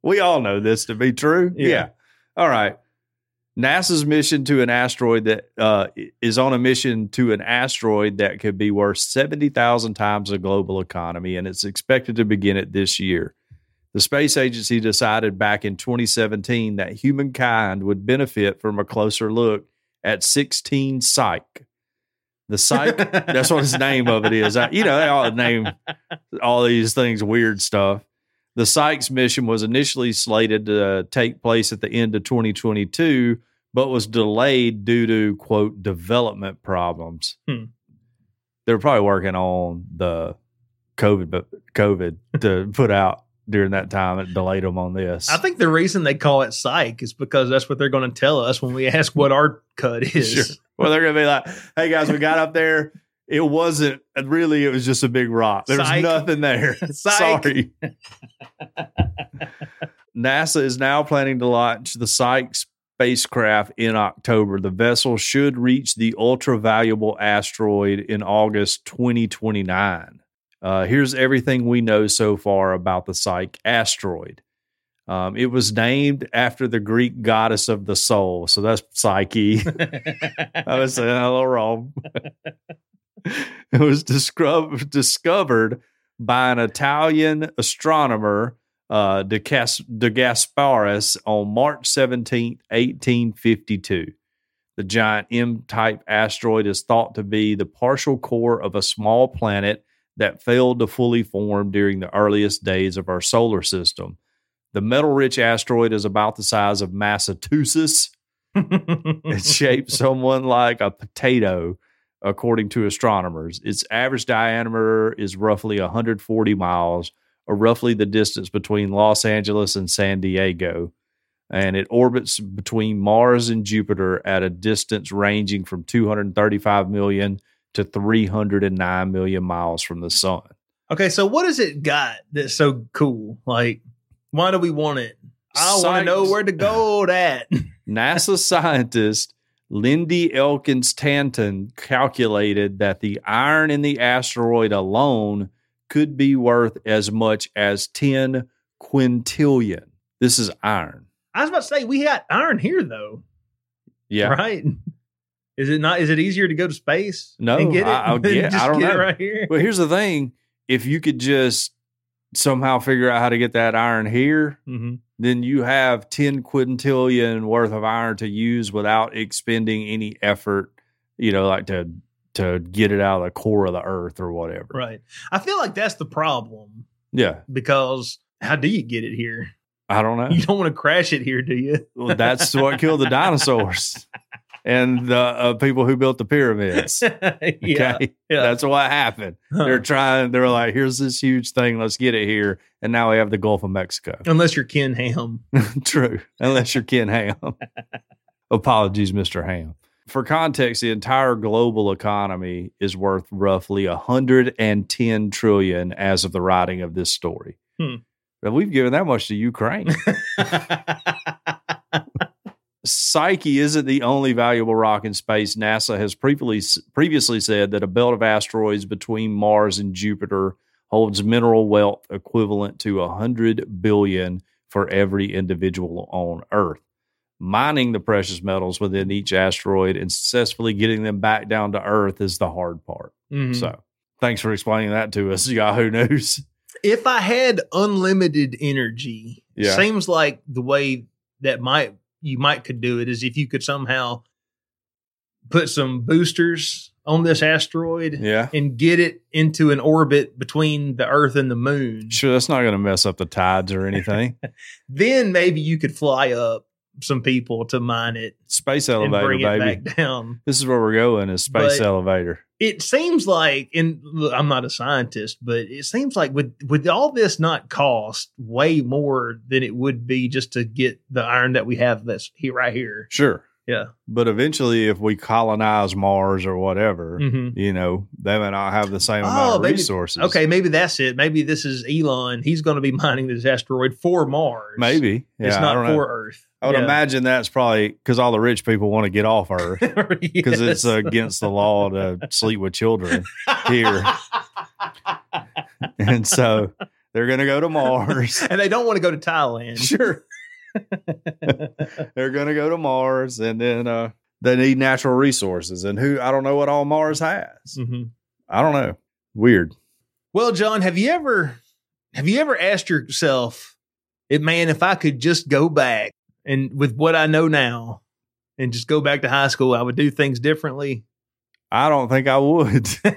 Speaker 2: We all know this to be true.
Speaker 3: Yeah.
Speaker 2: All right. NASA's mission to an asteroid that uh, is on a mission to an asteroid that could be worth 70,000 times the global economy, and it's expected to begin it this year. The space agency decided back in 2017 that humankind would benefit from a closer look at 16 Psyche. The
Speaker 3: [laughs]
Speaker 2: Psyche that's what his name of it is. I, you know, they all name all these things weird stuff. The Sykes mission was initially slated to take place at the end of 2022, but was delayed due to quote development problems.
Speaker 3: Hmm.
Speaker 2: They were probably working on the COVID, but COVID
Speaker 3: [laughs]
Speaker 2: to put out during that time and delayed them on this.
Speaker 3: I think the reason they call it psych is because that's what they're going to tell us when we ask what our cut
Speaker 2: Sure.
Speaker 3: is. [laughs]
Speaker 2: Well, they're gonna be like, "Hey guys, we got up there. It wasn't really. It was just a big rock. There was
Speaker 3: Psych.
Speaker 2: nothing there. [laughs]
Speaker 3: Psych.
Speaker 2: Sorry." NASA is now planning to launch the Psyche spacecraft in October. The vessel should reach the ultra valuable asteroid in August 2029. Uh, here's everything we know so far about the Psyche asteroid. Um, it was named after the Greek goddess of the soul, so that's Psyche. [laughs] I was saying that a little wrong. [laughs] it was discover- discovered by an Italian astronomer, uh, De, Cas- De Gasparis, on March 17, 1852. The giant M type asteroid is thought to be the partial core of a small planet that failed to fully form during the earliest days of our solar system. The metal rich asteroid is about the size of Massachusetts [laughs] it's shaped someone like a potato, according to astronomers. Its average diameter is roughly 140 miles, or roughly the distance between Los Angeles and San Diego. And it orbits between Mars and Jupiter at a distance ranging from 235 million to 309 million miles from the sun.
Speaker 3: okay, so what has it got that's so cool? Like, why do we want it? I want to
Speaker 2: Psych-
Speaker 3: know where the
Speaker 2: [laughs]
Speaker 3: gold at.
Speaker 2: NASA scientist Lindy Elkins Tanton calculated that the iron in the asteroid alone could be worth as much as 10 quintillion. This is iron.
Speaker 3: I was about to say we got iron here though,
Speaker 2: Yeah.
Speaker 3: right? Is it not? Is it easier to go to space?
Speaker 2: No,
Speaker 3: and get it.
Speaker 2: I- I'll
Speaker 3: than
Speaker 2: get-
Speaker 3: just
Speaker 2: I don't
Speaker 3: get it
Speaker 2: know.
Speaker 3: right here.
Speaker 2: Well, here's the thing if you could just somehow figure out how to get that iron here,
Speaker 3: Mhm.
Speaker 2: then you have 10 quintillion worth of iron to use without expending any effort, you know, like to to get it out of the core of the earth or whatever.
Speaker 3: Right. I feel like that's the problem
Speaker 2: Yeah.
Speaker 3: because how do you get it here?
Speaker 2: I don't know.
Speaker 3: You don't want to crash it here, do you?
Speaker 2: [laughs]
Speaker 3: [laughs]
Speaker 2: Well, that's what killed the dinosaurs and the uh, people who built the pyramids. Okay,
Speaker 3: [laughs] yeah. yeah.
Speaker 2: that's what happened. They're trying. They're like, here's this huge thing. Let's get it here. And now we have the Gulf of Mexico. [laughs]
Speaker 3: Unless you're Ken Ham. [laughs]
Speaker 2: True, unless you're Ken Ham. Apologies, Mr. Ham. For context, the entire global economy is worth roughly 110 trillion as of the writing of this story.
Speaker 3: Hmm.
Speaker 2: But we've given that much to Ukraine.
Speaker 3: Mm-hmm.
Speaker 2: Psyche isn't the only valuable rock in space. NASA has previously previously said that a belt of asteroids between Mars and Jupiter holds mineral wealth equivalent to 100 billion for every individual on Earth. Mining the precious metals within each asteroid and successfully getting them back down to Earth is the hard part.
Speaker 3: Mhm.
Speaker 2: So, thanks for explaining that to us, [laughs] Yahoo News.
Speaker 3: if I had unlimited energy, it
Speaker 2: Yeah.
Speaker 3: seems like the way that might you might could do it is if you could somehow put some boosters on this asteroid
Speaker 2: Yeah.
Speaker 3: and get it into an orbit between the Earth and the Moon.
Speaker 2: Sure, that's not going to mess up the tides or
Speaker 3: [laughs]
Speaker 2: anything.
Speaker 3: Then maybe you could fly up some people to mine it
Speaker 2: Space
Speaker 3: and
Speaker 2: elevator,
Speaker 3: bring
Speaker 2: baby.
Speaker 3: it back down.
Speaker 2: This is where we're going is space
Speaker 3: But-
Speaker 2: elevator.
Speaker 3: it seems like and look, i'm not a scientist but it seems like would would all this not cost way more than it would be just to get the iron that we have that's here right here
Speaker 2: Sure.
Speaker 3: Yeah.
Speaker 2: But eventually if we colonize Mars or whatever,
Speaker 3: Mhm.
Speaker 2: you know, they may not have the same amount
Speaker 3: Oh,
Speaker 2: of
Speaker 3: maybe-
Speaker 2: resources.
Speaker 3: okay maybe that's it maybe this is elon he's going to be [laughs] mining this asteroid for mars
Speaker 2: Maybe. Yeah,
Speaker 3: it's
Speaker 2: I
Speaker 3: not
Speaker 2: don't
Speaker 3: for
Speaker 2: know.
Speaker 3: earth
Speaker 2: I would imagine that's probably because all the rich people want to get off
Speaker 3: [laughs]
Speaker 2: Earth
Speaker 3: imagine
Speaker 2: because it's uh, against the law to sleep with
Speaker 3: [laughs]
Speaker 2: children. here. And so they're going to go to
Speaker 3: [laughs]
Speaker 2: Mars.
Speaker 3: and they don't want to go to thailand [laughs]
Speaker 2: Sure. they're going to go to Mars and then uh, they need natural resources. And who, I don't know what all Mars has.
Speaker 3: Mhm.
Speaker 2: I don't know. Weird.
Speaker 3: Well, John, have you ever have you ever asked yourself, "If man, if I could just go back and with what I know now and just go back to high school, I would do things differently." [laughs]
Speaker 2: I don't think I would.
Speaker 3: you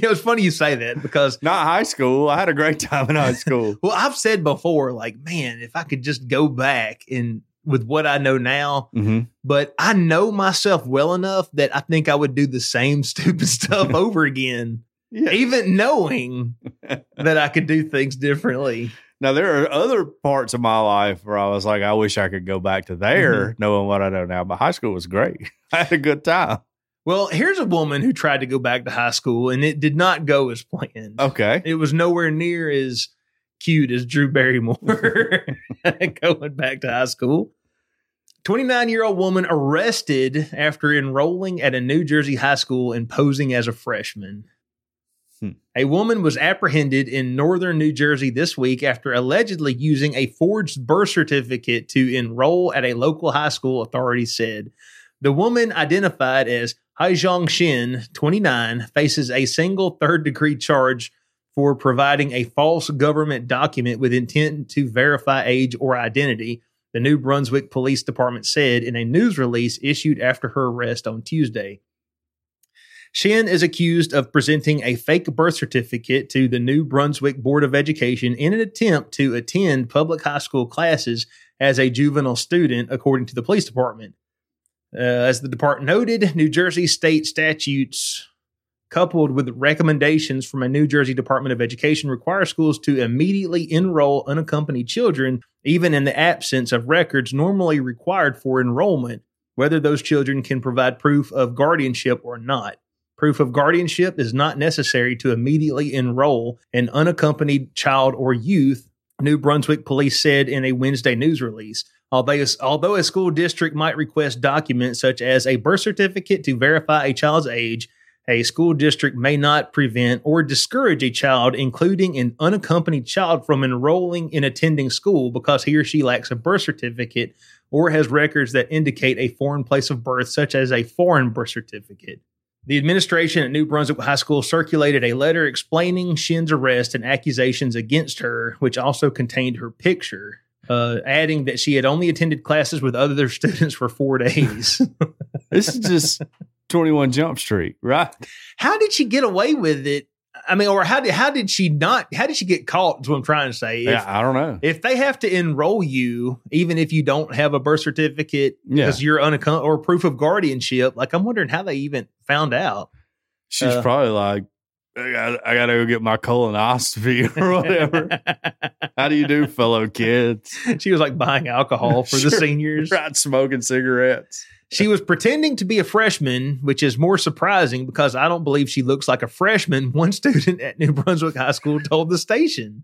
Speaker 3: know, it's funny you say that because
Speaker 2: Not high school. I had [laughs] a great time in high school.
Speaker 3: well, I've said before, like, man, if I could just go back and with what I know now,
Speaker 2: Mm-hmm.
Speaker 3: but I know myself well enough that I think I would do the same [laughs] stupid stuff over again,
Speaker 2: Yeah.
Speaker 3: even knowing that I could do things differently.
Speaker 2: Now there are other parts of my life where I was like, I wish I could go back to there, knowing what I know now. But high school was great. [laughs] I had a good time.
Speaker 3: Well, here's a woman who tried to go back to high school and it did not go as planned.
Speaker 2: Okay.
Speaker 3: It was nowhere near as cute as Drew
Speaker 2: [laughs]
Speaker 3: Barrymore going back to high school. 29 year old woman arrested after enrolling at a New Jersey high school and posing as a freshman.
Speaker 2: Hmm.
Speaker 3: A woman was apprehended in northern New Jersey this week after allegedly using a forged birth certificate to enroll at a local high school, authorities said. The woman identified as Haijong Shin, 29, faces a single third degree charge for providing a false government document with intent to verify age or identity, the New Brunswick Police Department said in a news release issued after her arrest on Tuesday. Shin is accused of presenting a fake birth certificate to the New Brunswick Board of Education in an attempt to attend public high school classes as a juvenile student, according to the police department. Uh, as the department noted, New Jersey state statutes coupled with recommendations from a New Jersey Department of Education, require schools to immediately enroll unaccompanied children, even in the absence of records normally required for enrollment, whether those children can provide proof of guardianship or not. Proof of guardianship is not necessary to immediately enroll an unaccompanied child or youth, New Brunswick police said in a Wednesday news release. Although, although a school district might request documents such as a birth certificate to verify a child's age, a school district may not prevent or discourage a child, including an unaccompanied child, from enrolling in attending school because he or she lacks a birth certificate or has records that indicate a foreign place of birth, such as a foreign birth certificate. The administration at New Brunswick High School circulated a letter explaining Shin's arrest and accusations against her, which also contained her picture, uh, adding that she had only attended classes with other [laughs] students for four days.
Speaker 2: [laughs] This is just 21 Jump Street, right?
Speaker 3: how did she get away with it? I mean, or how did how did she not? How did she get caught? Is what I'm trying to say. If,
Speaker 2: yeah, I don't know.
Speaker 3: if they have to enroll you, even if you don't have a birth certificate
Speaker 2: Yeah.
Speaker 3: because you're unaccount or proof of guardianship, like I'm wondering how they even found out.
Speaker 2: She's
Speaker 3: uh,
Speaker 2: probably like, I gotta, I gotta go get my colonoscopy [laughs] or whatever. How do you do, fellow [laughs] kids?
Speaker 3: [laughs] she was like buying alcohol
Speaker 2: [laughs]
Speaker 3: for
Speaker 2: Sure.
Speaker 3: the seniors.
Speaker 2: Right, smoking cigarettes.
Speaker 3: She was pretending to be a freshman, which is more surprising because I don't believe she looks like a freshman. [laughs] One student at New Brunswick High School told
Speaker 2: [laughs]
Speaker 3: the station.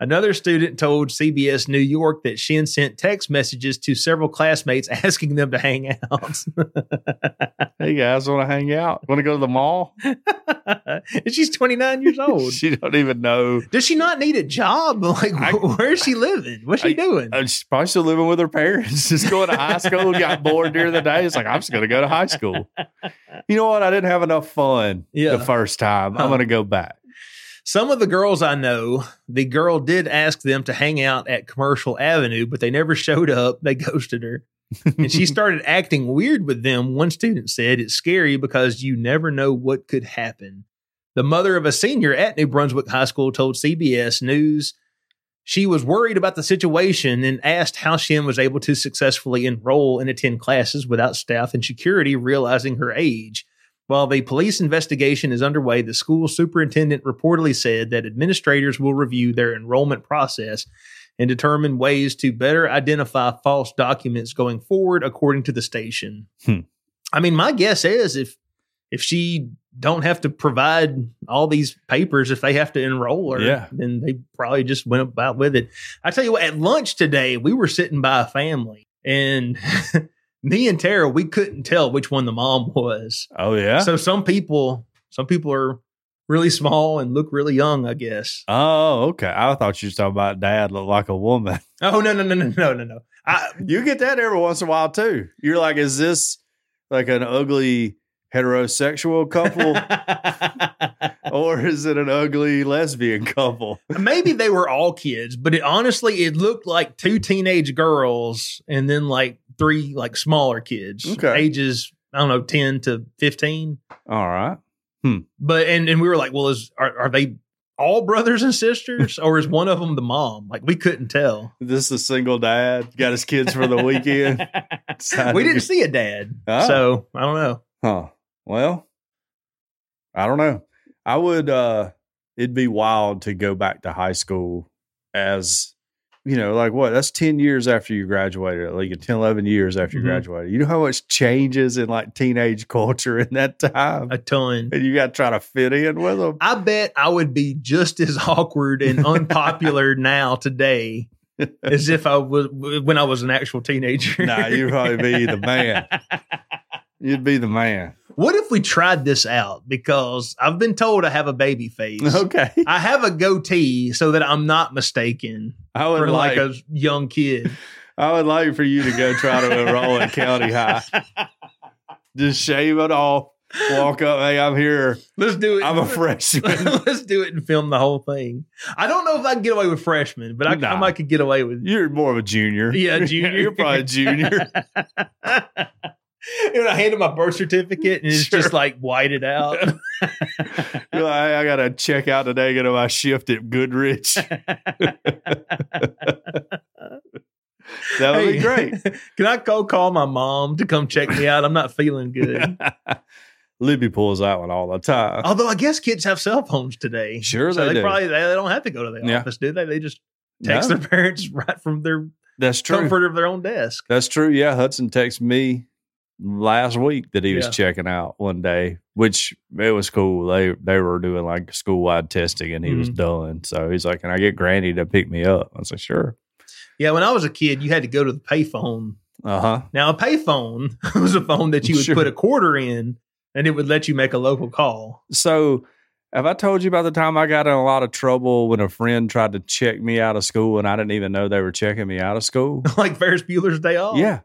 Speaker 3: Another student told CBS New York that Shin sent text messages to several classmates [laughs] asking them to hang out. [laughs]
Speaker 2: Hey guys, want to hang out? Want to go to the mall?
Speaker 3: and she's 29 years
Speaker 2: [laughs]
Speaker 3: old.
Speaker 2: she don't even know.
Speaker 3: Does she not need a job? [laughs] Like,
Speaker 2: I-
Speaker 3: where is she living? What's she
Speaker 2: I-
Speaker 3: doing?
Speaker 2: Uh, she's probably still living with her parents. [laughs] Just going to high school, got bored during the day. It's like I'm just going to go to high [laughs] school. You know what? I didn't have enough fun
Speaker 3: Yeah.
Speaker 2: the first time. I'm
Speaker 3: Huh.
Speaker 2: going to go back.
Speaker 3: Some of the girls I know, the girl did ask them to hang out at Commercial Avenue, but they never [laughs] showed up. They ghosted her. and she started acting weird with them. One student said, It's scary because you never know what could happen. The mother of a senior at New Brunswick High School told CBS News she was worried about the situation and asked how Shin was able to successfully enroll and attend classes without staff and security realizing her age. While the police investigation is underway, the school superintendent reportedly said that administrators will review their enrollment process and determine ways to better identify false documents going forward, according to the station.
Speaker 2: Hmm.
Speaker 3: I mean, my guess is if if she don't have to provide all these papers, if they have to enroll her,
Speaker 2: Yeah.
Speaker 3: then they probably just went about with it. I tell you what, at lunch today, we were sitting by a family and [laughs] me and Tara, we couldn't tell which one the mom was.
Speaker 2: Oh yeah.
Speaker 3: So some people, some people are really small and look really young, I guess.
Speaker 2: oh okay. I thought you were talking about dad looked like a woman. [laughs]
Speaker 3: Oh no, no, no, no, no, no, no. I,
Speaker 2: You get that every once in a while too. You're like, is this like an ugly heterosexual [laughs] couple or is it an ugly lesbian couple?
Speaker 3: [laughs] Maybe they were all kids, but it honestly it looked like two teenage girls and then like three like smaller kids,
Speaker 2: Okay.
Speaker 3: ages I don't know ten to fifteen.
Speaker 2: All right.
Speaker 3: But and and we were like, well, is are, are they all brothers and sisters, or is one of them the mom? Like we couldn't tell.
Speaker 2: This is a single dad got his kids for the [laughs] weekend. Decided
Speaker 3: [laughs] we
Speaker 2: to-
Speaker 3: didn't see a dad,
Speaker 2: Ah.
Speaker 3: so I don't know.
Speaker 2: Huh. Well, I don't know. I would uh it'd be wild to go back to high school as you know, like what? That's 10 years after you graduated, like 10, 11 years after
Speaker 3: Mhm.
Speaker 2: you graduated. You know how much changes in like teenage culture in that time?
Speaker 3: A ton.
Speaker 2: and you got to try to fit in with them.
Speaker 3: I bet I would be just as [laughs] awkward and unpopular
Speaker 2: [laughs]
Speaker 3: now today as if I was when I was an actual teenager.
Speaker 2: nah,
Speaker 3: [laughs]
Speaker 2: you'd probably be the man. You'd be the man.
Speaker 3: What if we tried this out? Because I've been told I have a baby face.
Speaker 2: [laughs] Okay.
Speaker 3: I have a goatee so that I'm not mistaken
Speaker 2: I
Speaker 3: for
Speaker 2: would
Speaker 3: like,
Speaker 2: like,
Speaker 3: a
Speaker 2: [laughs]
Speaker 3: young kid.
Speaker 2: I would like for you to go try to enroll at County
Speaker 3: [laughs]
Speaker 2: High. Just shave it off. Walk up. Hey, I'm here.
Speaker 3: Let's do it.
Speaker 2: I'm
Speaker 3: [laughs]
Speaker 2: a freshman. [laughs]
Speaker 3: Let's do it and film the whole thing. I don't know if I can get away with freshman, but I, I
Speaker 2: Nah.
Speaker 3: might could get away with
Speaker 2: You're more of a junior.
Speaker 3: Yeah,
Speaker 2: [laughs]
Speaker 3: junior.
Speaker 2: You're probably
Speaker 3: [laughs]
Speaker 2: a junior.
Speaker 3: You know, I handed my birth certificate and it's
Speaker 2: Sure.
Speaker 3: just like
Speaker 2: [laughs]
Speaker 3: whited out.
Speaker 2: You're like, "Hey, I gotta check out today. Get on my shift at
Speaker 3: [laughs]
Speaker 2: Goodrich. [laughs] that would be great.
Speaker 3: [laughs] Can I go call my mom to come check me out? I'm not
Speaker 2: [laughs]
Speaker 3: feeling good.
Speaker 2: Libby pulls that one all the time.
Speaker 3: Although I guess kids have cell phones today.
Speaker 2: Sure
Speaker 3: Oh, So
Speaker 2: they
Speaker 3: they,
Speaker 2: do.
Speaker 3: probably they, they don't have to go to the
Speaker 2: Yeah.
Speaker 3: office, do they? They just text
Speaker 2: No,
Speaker 3: their [laughs] parents right from their
Speaker 2: that's true.
Speaker 3: comfort of their own desk.
Speaker 2: That's true. Yeah, Hudson texted me last week that he was
Speaker 3: Yeah.
Speaker 2: checking out one day, which it was cool. They they were doing like school wide testing, and he
Speaker 3: Mm-hmm.
Speaker 2: was done. So he's like, "Can I get Granny to pick me up?" I was like, "Sure."
Speaker 3: Yeah, when I was a kid, you had to go to the payphone.
Speaker 2: Uh huh.
Speaker 3: Now a payphone [laughs] was a phone that you would
Speaker 2: Sure.
Speaker 3: put a quarter in and it would let you make a local call. [laughs]
Speaker 2: So, have I told you about the time I got in a lot of trouble when a friend tried to check me out of school and I didn't even know they were checking me out of
Speaker 3: [laughs]
Speaker 2: school?
Speaker 3: like Ferris Bueller's Day Off. [laughs]
Speaker 2: Yeah.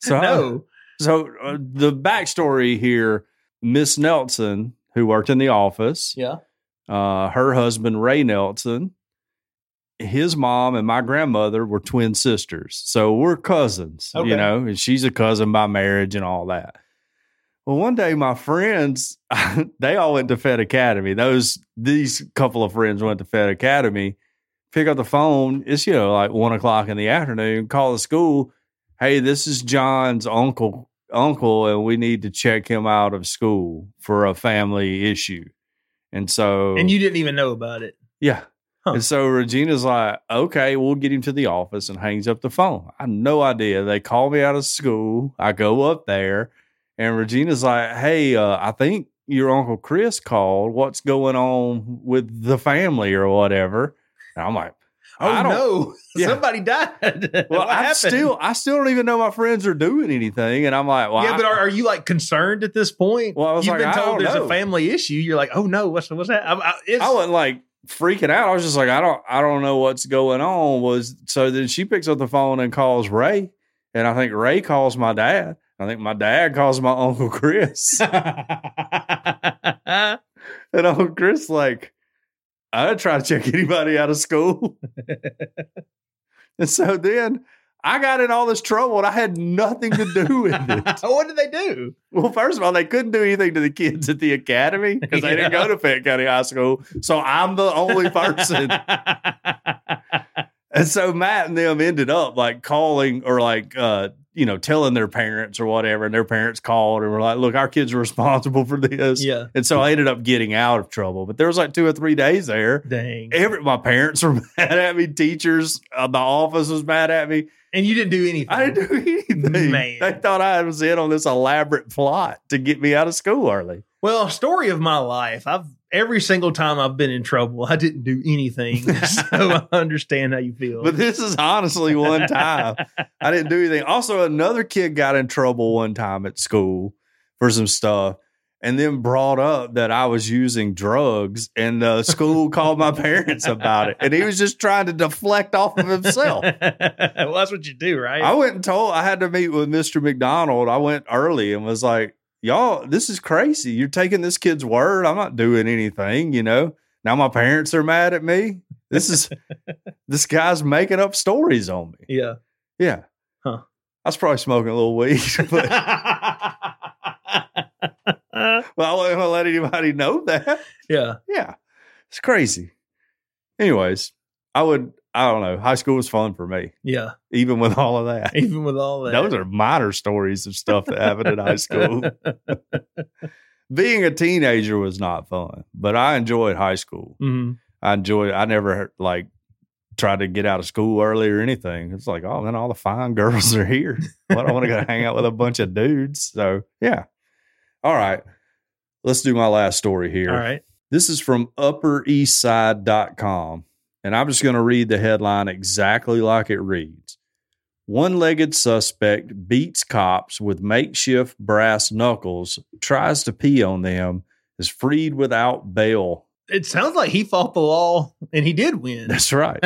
Speaker 2: So,
Speaker 3: Oh, no.
Speaker 2: so uh, the backstory here: Miss Nelson, who worked in the office,
Speaker 3: Yeah.
Speaker 2: uh, her husband Ray Nelson, his mom and my grandmother were twin sisters, so we're cousins,
Speaker 3: Okay.
Speaker 2: you know, and she's a cousin by marriage and all that. Well, one day my friends, [laughs] they all went to Fed Academy. Those these couple of friends went to Fed Academy. Pick up the phone. It's you know like one o'clock in the afternoon. Call the school. Hey, this is John's uncle. Uncle, and we need to check him out of school for a family issue. And so,
Speaker 3: And you didn't even know about it.
Speaker 2: yeah.
Speaker 3: Huh.
Speaker 2: And so Regina's like, okay, we'll get him to the office and hangs up the phone. I had no idea. They call me out of school. I go up there and Regina's like, hey, uh, I think your Uncle Chris called. What's going on with the family or whatever? And I'm like,
Speaker 3: Oh
Speaker 2: I don't-
Speaker 3: no.
Speaker 2: Yeah.
Speaker 3: [laughs] Somebody died. [laughs]
Speaker 2: well,
Speaker 3: What
Speaker 2: I
Speaker 3: happened?
Speaker 2: still, I still don't even know my friends are doing anything. And I'm like, well,
Speaker 3: yeah,
Speaker 2: I-
Speaker 3: but are, are you like concerned at this point?
Speaker 2: Well, I was
Speaker 3: You've
Speaker 2: like,
Speaker 3: been
Speaker 2: I
Speaker 3: told
Speaker 2: don't
Speaker 3: there's a
Speaker 2: know.
Speaker 3: family issue. You're like, oh no, what's what's that? I, I, it's,
Speaker 2: I wasn't like freaking out. I was just like, I don't, I don't know what's going on. Was so then she picks up the phone and calls Ray, and I think Ray calls my dad. I think my dad calls my [laughs] uncle
Speaker 3: [laughs]
Speaker 2: Chris, and Uncle Chris like, I don't try to check anybody out of school. and so then I got in all this trouble, and I had nothing to do with
Speaker 3: [laughs]
Speaker 2: [laughs] it.
Speaker 3: what did they do?
Speaker 2: Well, first of all, they couldn't do anything to the kids at the academy because they didn't
Speaker 3: Yeah.
Speaker 2: go to Fayette County High School. So I'm the
Speaker 3: [laughs]
Speaker 2: only person And so Matt and them ended up like calling or like uh you know telling their parents or whatever, and their parents called and were like, "Look, our kids are [laughs] responsible for this."
Speaker 3: yeah.
Speaker 2: And so I ended up getting out of trouble, but there was like two or three days there.
Speaker 3: Dang.
Speaker 2: Every my parents were [laughs] mad at me, teachers, uh, the office was mad at me.
Speaker 3: And you didn't do anything.
Speaker 2: I didn't do [laughs] anything.
Speaker 3: Man.
Speaker 2: They thought I was in on this elaborate plot to get me out of school early.
Speaker 3: Well, story of my life. I've every single time I've been in trouble, I didn't do anything.
Speaker 2: [laughs]
Speaker 3: [laughs] so I understand how you feel.
Speaker 2: But this is honestly one time I didn't do anything. Also, another kid got in trouble one time at school for some stuff and then brought up that I was using drugs and the school called my parents about it. And he was just trying to deflect off of himself.
Speaker 3: [laughs] well, that's what you do, right?
Speaker 2: I went and told I had to meet with Mr. McDonald. I went early and was like, Y'all, this is crazy. You're taking this kid's word. I'm not doing anything, you know. Now my parents are mad at me. This is this guy's making up stories on me.
Speaker 3: yeah.
Speaker 2: Yeah.
Speaker 3: Huh.
Speaker 2: I was probably smoking a little weed, [laughs] but well, I wasn't gonna let anybody know that.
Speaker 3: [laughs] yeah.
Speaker 2: Yeah. It's crazy. Anyways, I would. I don't know. High school was fun for me,
Speaker 3: Yeah.
Speaker 2: even with all of [laughs] that.
Speaker 3: Even with all that.
Speaker 2: Those are minor stories of stuff that happened in high
Speaker 3: [laughs]
Speaker 2: school. Being a teenager was not fun, but I enjoyed high school.
Speaker 3: Mhm.
Speaker 2: I enjoyed. I never like tried to get out of school early or anything. It's like, oh man, all the fine [laughs] girls are here. Why do I want to go hang out with a bunch of dudes? So yeah. All right. Let's do my last story here.
Speaker 3: All right.
Speaker 2: This is from uppereastside.com. And I'm just going to read the headline exactly like it reads One legged suspect beats cops with makeshift brass knuckles, tries to pee on them, is freed without bail.
Speaker 3: It sounds like he fought the law and he did win.
Speaker 2: That's right.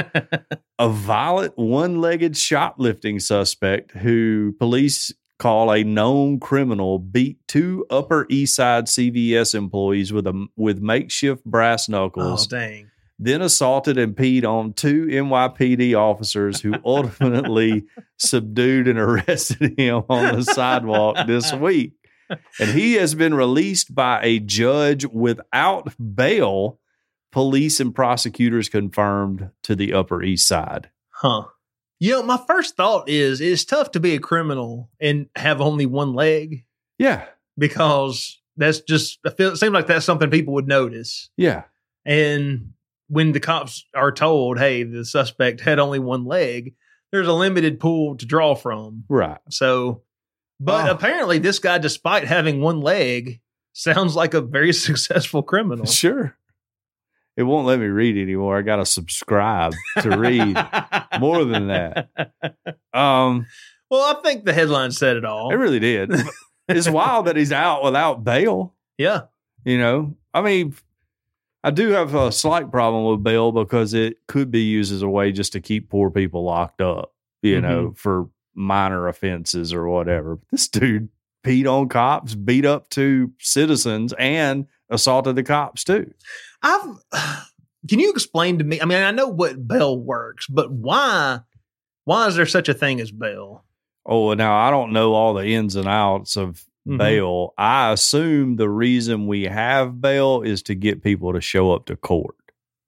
Speaker 2: a violent one legged shoplifting suspect who police call a known criminal beat two Upper East Side CVS employees with, a, with makeshift brass
Speaker 3: oh,
Speaker 2: knuckles
Speaker 3: dang.
Speaker 2: then assaulted and peed on two NYPD officers who ultimately subdued and arrested [laughs] him on the sidewalk this week. And he has been released by a judge without bail, police and prosecutors confirmed to the Upper East Side.
Speaker 3: Huh. You know, my first thought is it's tough to be a criminal and have only one leg
Speaker 2: Yeah.
Speaker 3: because that's just, I feel, it seems like that's something people would notice.
Speaker 2: Yeah.
Speaker 3: And when the cops are told, hey, the suspect had only one leg, there's a limited pool to draw from.
Speaker 2: Right.
Speaker 3: So, but
Speaker 2: Oh.
Speaker 3: apparently, this guy, despite having one leg, sounds like a very [laughs] successful criminal.
Speaker 2: Sure. It won't let me read anymore. I got to subscribe to read more than that. Um,
Speaker 3: [laughs] Well, I think the headline said it all.
Speaker 2: it really did. It's wild that he's out without bail.
Speaker 3: yeah.
Speaker 2: You know, I mean, I do have a slight problem with bail because it could be used as a way just to keep poor people locked up, you know, for minor offenses or whatever. This dude peed on cops, beat up two citizens, and assaulted the cops too.
Speaker 3: I've. Can you explain to me? I mean, I know what bail works, but why? Why is there such a thing as bail?
Speaker 2: Oh, well, now I don't know all the ins and outs of
Speaker 3: Mhm.
Speaker 2: bail. I assume the reason we have bail is to get people to show up to court.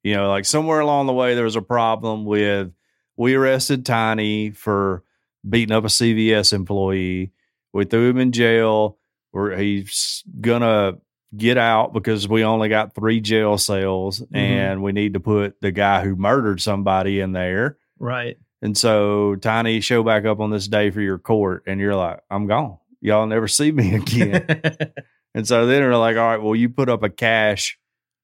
Speaker 2: You know, like somewhere along the way, there was a problem with we arrested Tiny for beating up a CVS employee. We threw him in jail. We're, he's gonna get out because we only got three jail cells, and we need to put the guy who murdered somebody in there.
Speaker 3: Right.
Speaker 2: And so Tiny show back up on this day for your court, and you're like, I'm gone. Y'all never [laughs] see me
Speaker 3: [laughs]
Speaker 2: again. and so then they're like, All right, well, you put up a cash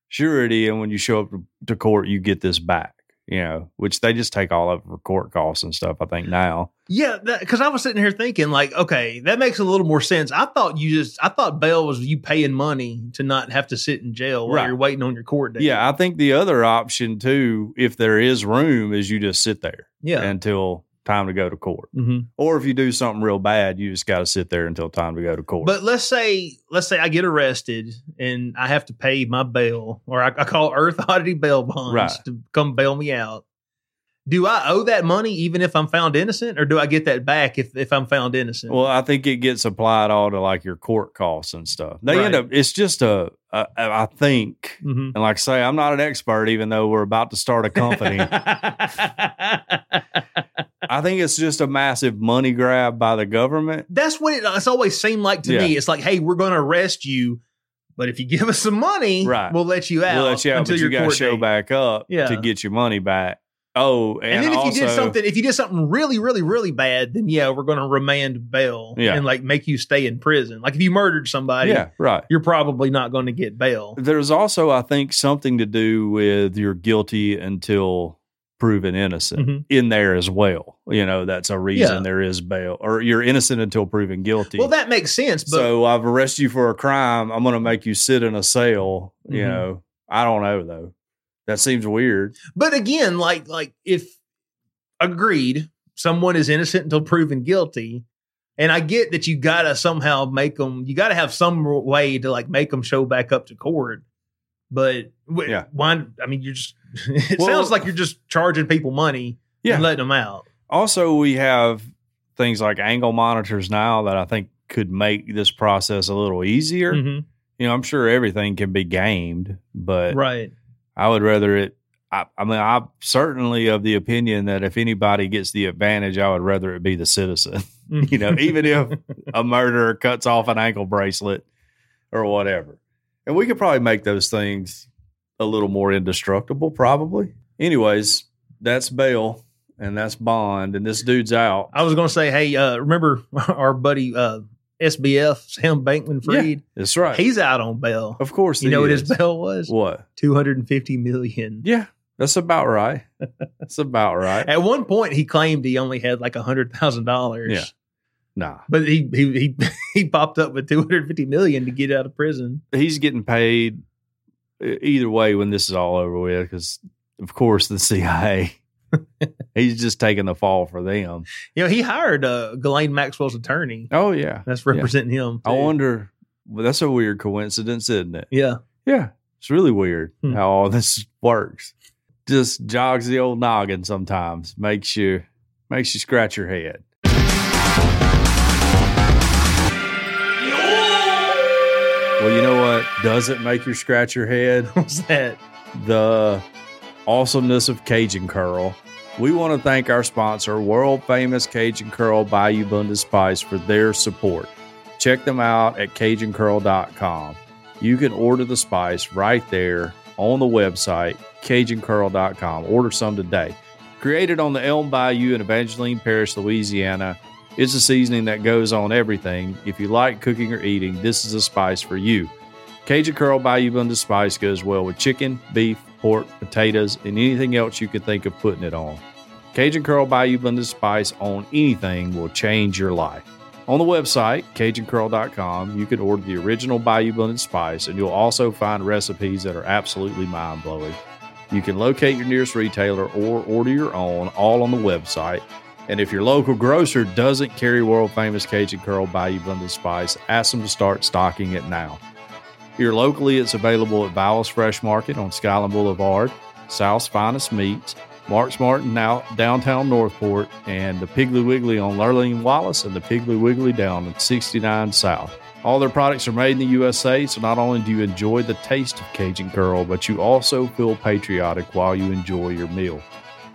Speaker 2: surety, and when you show up to court, you get this back. You know, which they just take all of it for court costs and stuff. I think now.
Speaker 3: yeah, because I was sitting here thinking, like, okay, that makes a little more sense. I thought you just, I thought bail was you paying money to not have to sit in jail while
Speaker 2: Right.
Speaker 3: you're waiting on your court date.
Speaker 2: Yeah, I think the other option too, if there is room, is you just sit there
Speaker 3: yeah.
Speaker 2: until time to go to court.
Speaker 3: mm-hmm.
Speaker 2: Or if you do something real bad, you just got to sit there until time to go to court.
Speaker 3: But let's say let's say I get arrested and I have to pay my bail, or I, I call Earth [laughs] Oddity bail bonds
Speaker 2: Right.
Speaker 3: to come bail me out. Do I owe that money even if I'm found innocent, or do I get that back if if I'm found innocent?
Speaker 2: Well, I think it gets applied all to like your court costs and stuff. They end
Speaker 3: Right.
Speaker 2: up. It's just a. a- a- I think,
Speaker 3: Mhm.
Speaker 2: and like I say, I'm not an expert, even though we're about to start a company. I think it's just a massive money grab by the government.
Speaker 3: [laughs] That's what it, it's always seemed like to
Speaker 2: Yeah.
Speaker 3: me. It's like, hey, we're going to arrest you, but if you give us some money,
Speaker 2: Right.
Speaker 3: we'll let you out
Speaker 2: We'll let you out,
Speaker 3: until
Speaker 2: but you
Speaker 3: your
Speaker 2: got to
Speaker 3: court
Speaker 2: show
Speaker 3: date.
Speaker 2: back up
Speaker 3: Yeah.
Speaker 2: to get your money back. Oh, and,
Speaker 3: And, then if
Speaker 2: also,
Speaker 3: you did something, if you did something really, really, really bad, then yeah, we're going to remand bail
Speaker 2: Yeah.
Speaker 3: and like make you stay in prison. Like if you murdered somebody,
Speaker 2: yeah, right.
Speaker 3: you're probably not going to get bail.
Speaker 2: There's also, I think, something to do with you're guilty until proven innocent.
Speaker 3: Mhm.
Speaker 2: in there as well. You know, that's a reason
Speaker 3: Yeah.
Speaker 2: there is bail, or you're innocent until proven guilty.
Speaker 3: Well, that makes sense, but
Speaker 2: so I've arrested you for a crime. I'm going to make you sit in a cell. You
Speaker 3: Mhm.
Speaker 2: know, I don't know though. That seems weird.
Speaker 3: but again, like like if agreed, someone is innocent until proven guilty. And I get that you gotta somehow make them. You gotta have some way to like make them show back up to court. But w-
Speaker 2: Yeah.
Speaker 3: why? I mean, you're just. [laughs] It
Speaker 2: Well-
Speaker 3: sounds like you're just charging people money
Speaker 2: Yeah.
Speaker 3: and letting them out.
Speaker 2: Also, we have things like angle monitors now that I think could make this process a little easier.
Speaker 3: Mhm.
Speaker 2: You know, I'm sure everything can be gamed, but
Speaker 3: Right.
Speaker 2: I would rather it. I, I mean, I'm certainly of the opinion that if anybody gets the advantage, I would rather it be the citizen. [laughs]
Speaker 3: Mm-hmm.
Speaker 2: you know, even if
Speaker 3: [laughs]
Speaker 2: a murderer cuts off an ankle bracelet or whatever. And we could probably make those things a little more indestructible, probably. Anyways, that's bail and that's bond, and this dude's out.
Speaker 3: I was going to say, hey, uh, remember [laughs] our buddy uh, SBF Sam Bankman Fried?
Speaker 2: That's right.
Speaker 3: He's out on bail.
Speaker 2: of course,
Speaker 3: You
Speaker 2: he
Speaker 3: know what
Speaker 2: is.
Speaker 3: his bail was?
Speaker 2: What?
Speaker 3: Two hundred and fifty million.
Speaker 2: Yeah, that's about right. that's about
Speaker 3: [laughs]
Speaker 2: right.
Speaker 3: At one point, he claimed he only had like hundred thousand dollars.
Speaker 2: Yeah. Nah,
Speaker 3: But he he [laughs] he, he popped up with two hundred fifty million to get out of prison.
Speaker 2: he's getting paid e- either way when this is all over with, because of course the [laughs] CIA. he's just taking the fall for them.
Speaker 3: You know, he hired uh, Ghislaine Maxwell's attorney
Speaker 2: Oh yeah,
Speaker 3: that's representing him.
Speaker 2: I
Speaker 3: too.
Speaker 2: wonder. Well, that's a weird coincidence, isn't it?
Speaker 3: Yeah, [laughs]
Speaker 2: Yeah, it's really weird
Speaker 3: Hmm.
Speaker 2: how all this [laughs] works. Just jogs the old noggin sometimes. Makes you makes you scratch your head. Well, you know what doesn't make you scratch your head?
Speaker 3: what's that?
Speaker 2: the awesomeness of Cajun Curl. We want to thank our sponsor, world famous Cajun Curl Bayou Bunda Spice, for their support. Check them out at CajunCurl.com. You can order the spice right there on the website, CajunCurl.com. Order some today. Created on the Elm Bayou in Evangeline Parish, Louisiana, it's a seasoning that goes on everything. If you like cooking or eating, this is a spice for you. Cajun Curl Bayou Bunda Spice goes well with chicken, beef, pork, potatoes, and anything else you could think of putting it on. Cajun Curl Bayou Bunda Spice on anything will change your life. On the website, CajunCurl.com, you can order the original Bayou Bunda Spice, and you'll also find recipes that are absolutely mind blowing. You can locate your nearest retailer or order your own, all on the website. And if your local grocer doesn't carry world famous Cajun Curl Bayou Bunda Spice, ask them to start stocking it now. Here locally, it's available at Bowles Fresh Market on Skyland Boulevard, South's Finest Meats, Mark's Martin out downtown Northport, and the Piggly Wiggly on Lurleen Wallace and the Piggly Wiggly down at 69 South. All their products are made in the USA, so not only do you enjoy the taste of Cajun Curl, but you also feel patriotic while you enjoy your meal.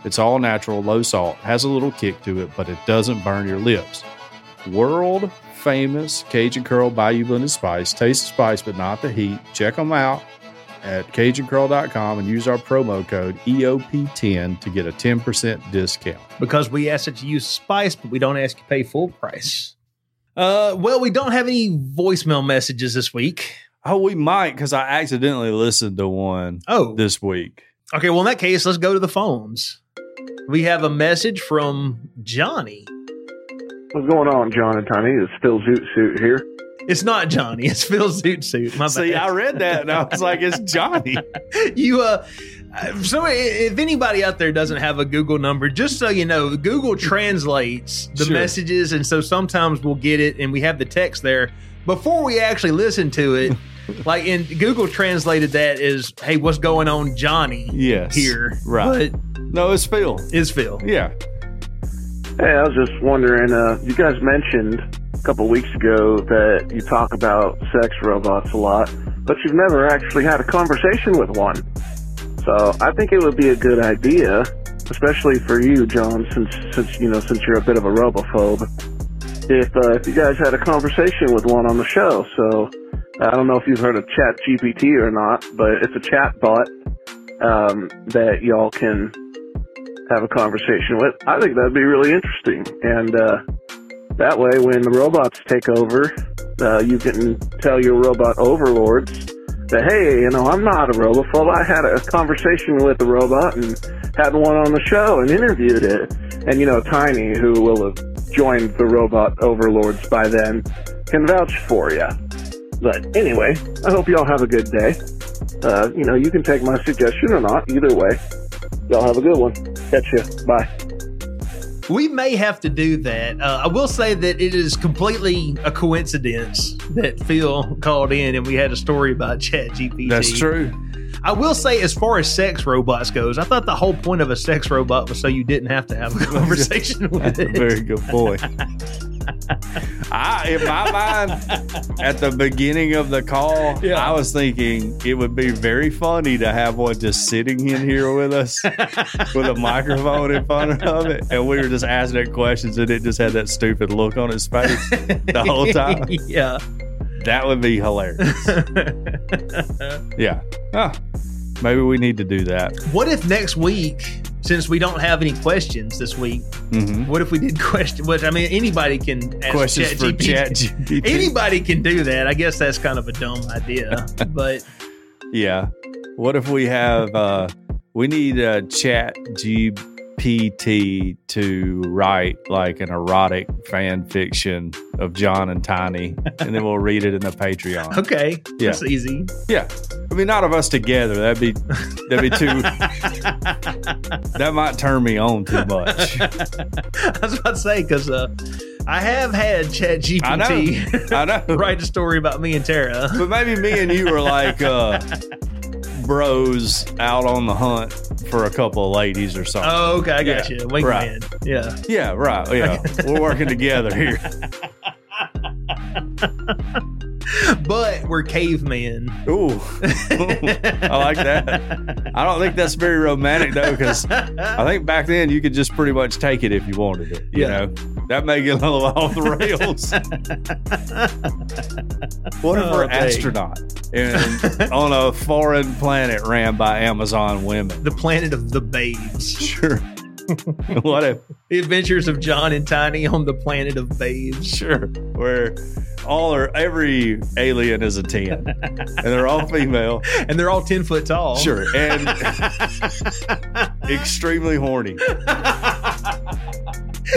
Speaker 2: It's all natural, low salt, has a little kick to it, but it doesn't burn your lips world famous Cajun Curl Bayou Blended Spice. Taste the spice, but not the heat. Check them out at CajunCurl.com and use our promo code E EOP10 to get a 10% discount.
Speaker 3: because we ask that you use spice, but we don't ask you pay full price. Uh, well, we don't have any voicemail messages this week.
Speaker 2: Oh, we might because I accidentally listened to one
Speaker 3: Oh,
Speaker 2: this week.
Speaker 3: okay. Well, in that case, let's go to the phones. We have a message from Johnny.
Speaker 6: What's going on, John and Tony? It's Phil Zoot Suit here.
Speaker 3: It's not Johnny. [laughs] It's Phil Zoot Suit. My
Speaker 2: See, I
Speaker 3: bad.
Speaker 2: read that and I was like, it's Johnny.
Speaker 3: you uh, so i- if anybody out there doesn't have a Google number, just so you know, Google translates the
Speaker 2: Sure.
Speaker 3: messages, and so sometimes we'll get it, and we have the text there before we actually listen to it.
Speaker 2: [laughs]
Speaker 3: like in Google translated that as, "Hey, what's going on, Johnny?"
Speaker 2: Yes.
Speaker 3: Here,
Speaker 2: Right.
Speaker 3: But
Speaker 2: No, it's Phil.
Speaker 3: it's Phil.
Speaker 2: Yeah.
Speaker 6: Hey, I was just wondering, uh, you guys mentioned a couple weeks ago that you talk about sex robots a lot, but you've never actually had a conversation with one. So I think it would be a good idea, especially for you, John, since since you know since you're a bit of a robophobe, if uh, if you guys had a conversation with one on the show. So I don't know if you've heard of Chat GPT or not, but it's a chat bot um, that y'all can have a conversation with. I think that'd be really interesting. And uh, that way, when the robots take over, uh, you can tell your robot overlords that, hey, you know, I'm not a robophobe. I had a conversation with a robot and had one on the show and interviewed it. And, you know, Tiny, who will have joined the robot overlords by then, can vouch for you. But anyway, I hope y'all have a good day. Uh, you know, you can take my suggestion or not. Either way, y'all have a good one. Catch you. Bye.
Speaker 3: We may have to do that. Uh, I will say that it is completely a coincidence that Phil called in and we had a story about [laughs] ChatGPT.
Speaker 2: That's true.
Speaker 3: I will say, as far as sex robots goes, I thought the whole
Speaker 2: [laughs]
Speaker 3: point of a sex robot was so you didn't have to have a conversation with it.
Speaker 2: Very good boy. [laughs] I, in my mind, at the beginning of the call,
Speaker 3: Yeah.
Speaker 2: I was thinking it would be very funny to have one just sitting in here with us with a microphone in front of it. And we were just asking it questions, and it just had that stupid look on its face the whole time.
Speaker 3: [laughs] yeah.
Speaker 2: That would be
Speaker 3: [laughs]
Speaker 2: hilarious. Yeah. Huh. Maybe we need to do that.
Speaker 3: what if next week, since we don't have any questions this week,
Speaker 2: Mm-hmm.
Speaker 3: what if we did [laughs] question? Which I mean, anybody can ask
Speaker 2: Questions for
Speaker 3: ChatGPT.
Speaker 2: Chat
Speaker 3: Anybody can do that. I guess that's kind of a dumb
Speaker 2: [laughs]
Speaker 3: idea, but
Speaker 2: Yeah. What if we have uh we need a chat GPT to write like an erotic fan fiction of John and Tiny and then we'll read it in the Patreon.
Speaker 3: okay,
Speaker 2: Yeah.
Speaker 3: that's easy. [laughs]
Speaker 2: I mean not of us together. That'd be that'd be too that might turn me on too much.
Speaker 3: I was about to say because uh, I have had
Speaker 2: I
Speaker 3: ChatGPT
Speaker 2: know. I know.
Speaker 3: [laughs] write a story about me
Speaker 2: [laughs]
Speaker 3: and Tara.
Speaker 2: But maybe me and you were like uh bros out on the hunt for a couple of ladies or something.
Speaker 3: Oh, okay, I got
Speaker 2: Yeah,
Speaker 3: you, wingman.
Speaker 2: right.
Speaker 3: Yeah,
Speaker 2: Yeah, right. Yeah. We're working together here.
Speaker 3: but we're cavemen.
Speaker 2: Ooh, [laughs] I like that. I don't think that's very romantic though, because I think back then you could just pretty much take it if you wanted it. You
Speaker 3: Yeah.
Speaker 2: know, that may get a little [laughs] off the rails. what if
Speaker 3: Oh,
Speaker 2: we're
Speaker 3: dang.
Speaker 2: astronaut and on a foreign planet ran by Amazon women?
Speaker 3: the planet of the babes.
Speaker 2: Sure. [laughs] what if?
Speaker 3: The adventures of John and Tiny on the planet of babes.
Speaker 2: Sure. Where all or every alien is a ten, and they're all female.
Speaker 3: And they're all 10 foot tall.
Speaker 2: Sure. And extremely horny.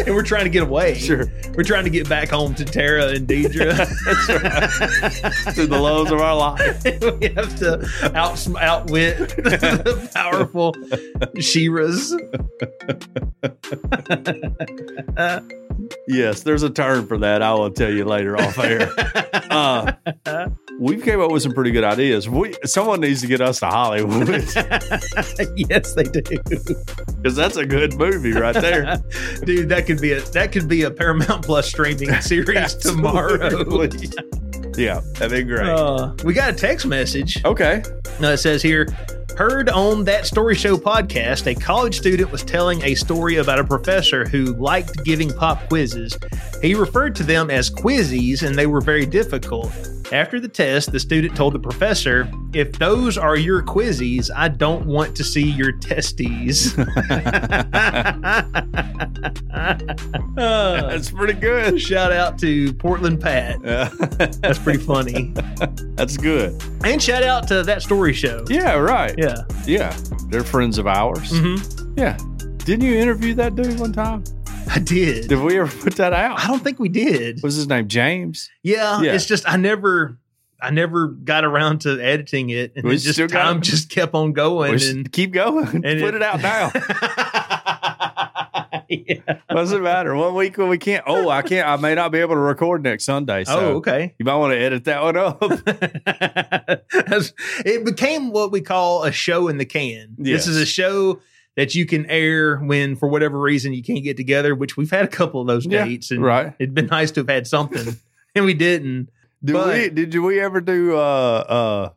Speaker 3: And we're trying to get away.
Speaker 2: Sure.
Speaker 3: We're trying to get back home to Tara and Deidre.
Speaker 2: [laughs]
Speaker 3: [laughs]
Speaker 2: That's right. Through the lows of our life.
Speaker 3: we have to out, outwit the powerful Shiras.
Speaker 2: Yes, there's a term for that. I will tell you later off [laughs] air. Uh, we've came up with some pretty good ideas. We someone needs to get us to Hollywood [laughs] because
Speaker 3: [laughs] yes, they do.
Speaker 2: that's a good movie right [laughs] there.
Speaker 3: Dude, that could be a that could be a Paramount Plus streaming series
Speaker 2: [laughs]
Speaker 3: tomorrow.
Speaker 2: Absolutely. [laughs] yeah, that'd be great.
Speaker 3: Uh, we got a text message.
Speaker 2: okay.
Speaker 3: No, it says here, heard on that story show podcast, a college student was telling a story about a professor who liked giving pop quizzes. He referred to them as quizzies, and they were very difficult. After the test, the student told the professor, "If those are your quizzies, I don't want to see your testes." Uh,
Speaker 2: [laughs] That's pretty good.
Speaker 3: shout out to Portland Pat.
Speaker 2: Uh,
Speaker 3: That's pretty funny.
Speaker 2: that's good.
Speaker 3: and shout out to that story show.
Speaker 2: Yeah, Mm-hmm. right.
Speaker 3: Yeah.
Speaker 2: Yeah. They're friends of ours.
Speaker 3: hmm
Speaker 2: Yeah. Didn't you interview that dude one time?
Speaker 3: I did.
Speaker 2: Did we ever put that out?
Speaker 3: I don't think we did.
Speaker 2: What's his name? James?
Speaker 3: Yeah,
Speaker 2: Yeah.
Speaker 3: it's just I never, I never got around to editing it, and
Speaker 2: We
Speaker 3: it just
Speaker 2: still
Speaker 3: time
Speaker 2: got-
Speaker 3: just kept on going.
Speaker 2: We should [laughs]
Speaker 3: And
Speaker 2: keep going. Put
Speaker 3: and
Speaker 2: it, out now.
Speaker 3: [laughs] Yeah.
Speaker 2: Doesn't matter. One week when we can't. Oh, I can't. I may not be able to record next Sunday. So
Speaker 3: Oh, okay.
Speaker 2: you might want to edit that one
Speaker 3: [laughs]
Speaker 2: up.
Speaker 3: That's- it became what we call a show in the can.
Speaker 2: Yes.
Speaker 3: This is a show that you can air when, for whatever reason, you can't get together. Which we've had a couple of those
Speaker 2: Yeah,
Speaker 3: dates, and
Speaker 2: right.
Speaker 3: it'd been nice to have had something, [laughs] and we didn't.
Speaker 2: Did
Speaker 3: But-
Speaker 2: we? Did we ever do? uh uh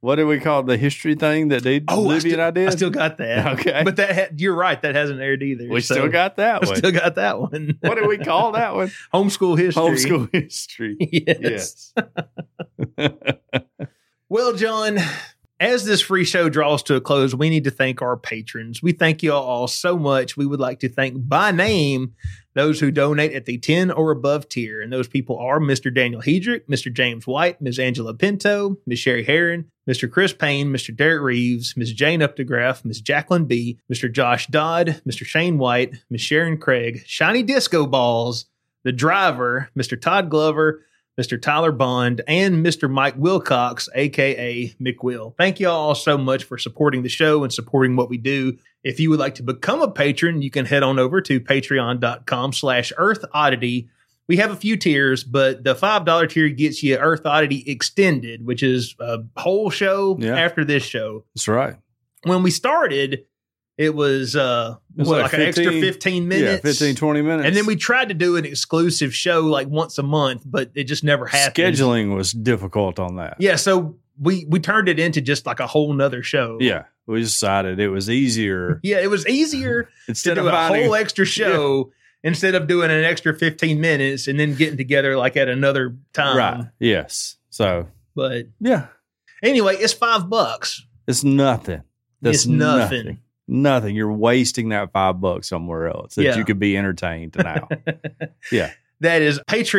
Speaker 2: What do we call the history thing that they?
Speaker 3: Oh,
Speaker 2: Libby
Speaker 3: I, still,
Speaker 2: and I did.
Speaker 3: I still got that.
Speaker 2: [laughs] okay,
Speaker 3: But that ha- you're right. That hasn't aired either.
Speaker 2: we
Speaker 3: so-
Speaker 2: still got that
Speaker 3: [laughs] I
Speaker 2: one.
Speaker 3: still got that one.
Speaker 2: what do we call that one?
Speaker 3: Homeschool [laughs] history.
Speaker 2: Homeschool history.
Speaker 3: [laughs] yes.
Speaker 2: Yes.
Speaker 3: Well, John, as this free show draws to a close, we need to thank our patrons. We thank you all so much. We would like to thank by name those who donate at the 10 or above tier. And those people are Mr. Daniel Hedrick, Mr. James White, Ms. Angela Pinto, Ms. Sherry Herron, Mr. Chris Payne, Mr. Derek Reeves, Ms. Jane Updegraff, Ms. Jacqueline B., Mr. Josh Dodd, Mr. Shane White, Ms. Sharon Craig, Shiny Disco Balls, The Driver, Mr. Todd Glover, Mr. Tyler Bond, and Mr. Mike Wilcox, aka McWill. Thank you all so much for supporting the show and supporting what we do. If you would like to become a patron, you can head on over to patreon.com slash Earth Oddity. We have a few tiers, but the $5 tier gets you Earth Oddity Extended, which is a whole show
Speaker 2: Yeah.
Speaker 3: after this show
Speaker 2: That's right.
Speaker 3: when we started, It was uh,
Speaker 2: was
Speaker 3: what,
Speaker 2: like
Speaker 3: like, an extra
Speaker 2: 15
Speaker 3: fifteen minutes.
Speaker 2: Yeah, 15, 20 minutes.
Speaker 3: And then we tried to do an exclusive show like once a month, but it just never happened.
Speaker 2: scheduling was difficult on that.
Speaker 3: Yeah, so we we turned it into just like a whole nother show.
Speaker 2: Yeah, we decided it was easier
Speaker 3: Yeah, it
Speaker 2: [laughs]
Speaker 3: was easier to
Speaker 2: instead
Speaker 3: do
Speaker 2: of
Speaker 3: a
Speaker 2: finding.
Speaker 3: whole extra show instead of doing an extra 15 minutes and then getting together like at another time.
Speaker 2: right. Yes. So
Speaker 3: But
Speaker 2: yeah,
Speaker 3: anyway, it's five bucks.
Speaker 2: it's nothing. That's
Speaker 3: it's nothing.
Speaker 2: Nothing. You're wasting that five bucks somewhere else that
Speaker 3: Yeah.
Speaker 2: you could be
Speaker 3: [laughs]
Speaker 2: entertained now. Yeah.
Speaker 3: That is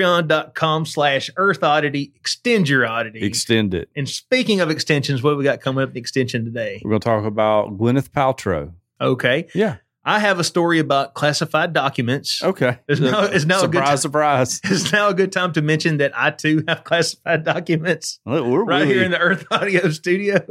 Speaker 3: patreon.com slash earth oddity. Extend your oddity.
Speaker 2: Extend it.
Speaker 3: and speaking of extensions, what do we got coming up in extension today?
Speaker 2: We're going to talk about Gwyneth Paltrow.
Speaker 3: Okay.
Speaker 2: Yeah.
Speaker 3: I have a story about classified documents.
Speaker 2: Okay.
Speaker 3: It's now- it's now a good
Speaker 2: surprise,
Speaker 3: time.
Speaker 2: surprise.
Speaker 3: [laughs] It's now a good time to mention that I too have classified documents
Speaker 2: Look, We're
Speaker 3: right
Speaker 2: really,
Speaker 3: here in the Earth [laughs] Audio Studio.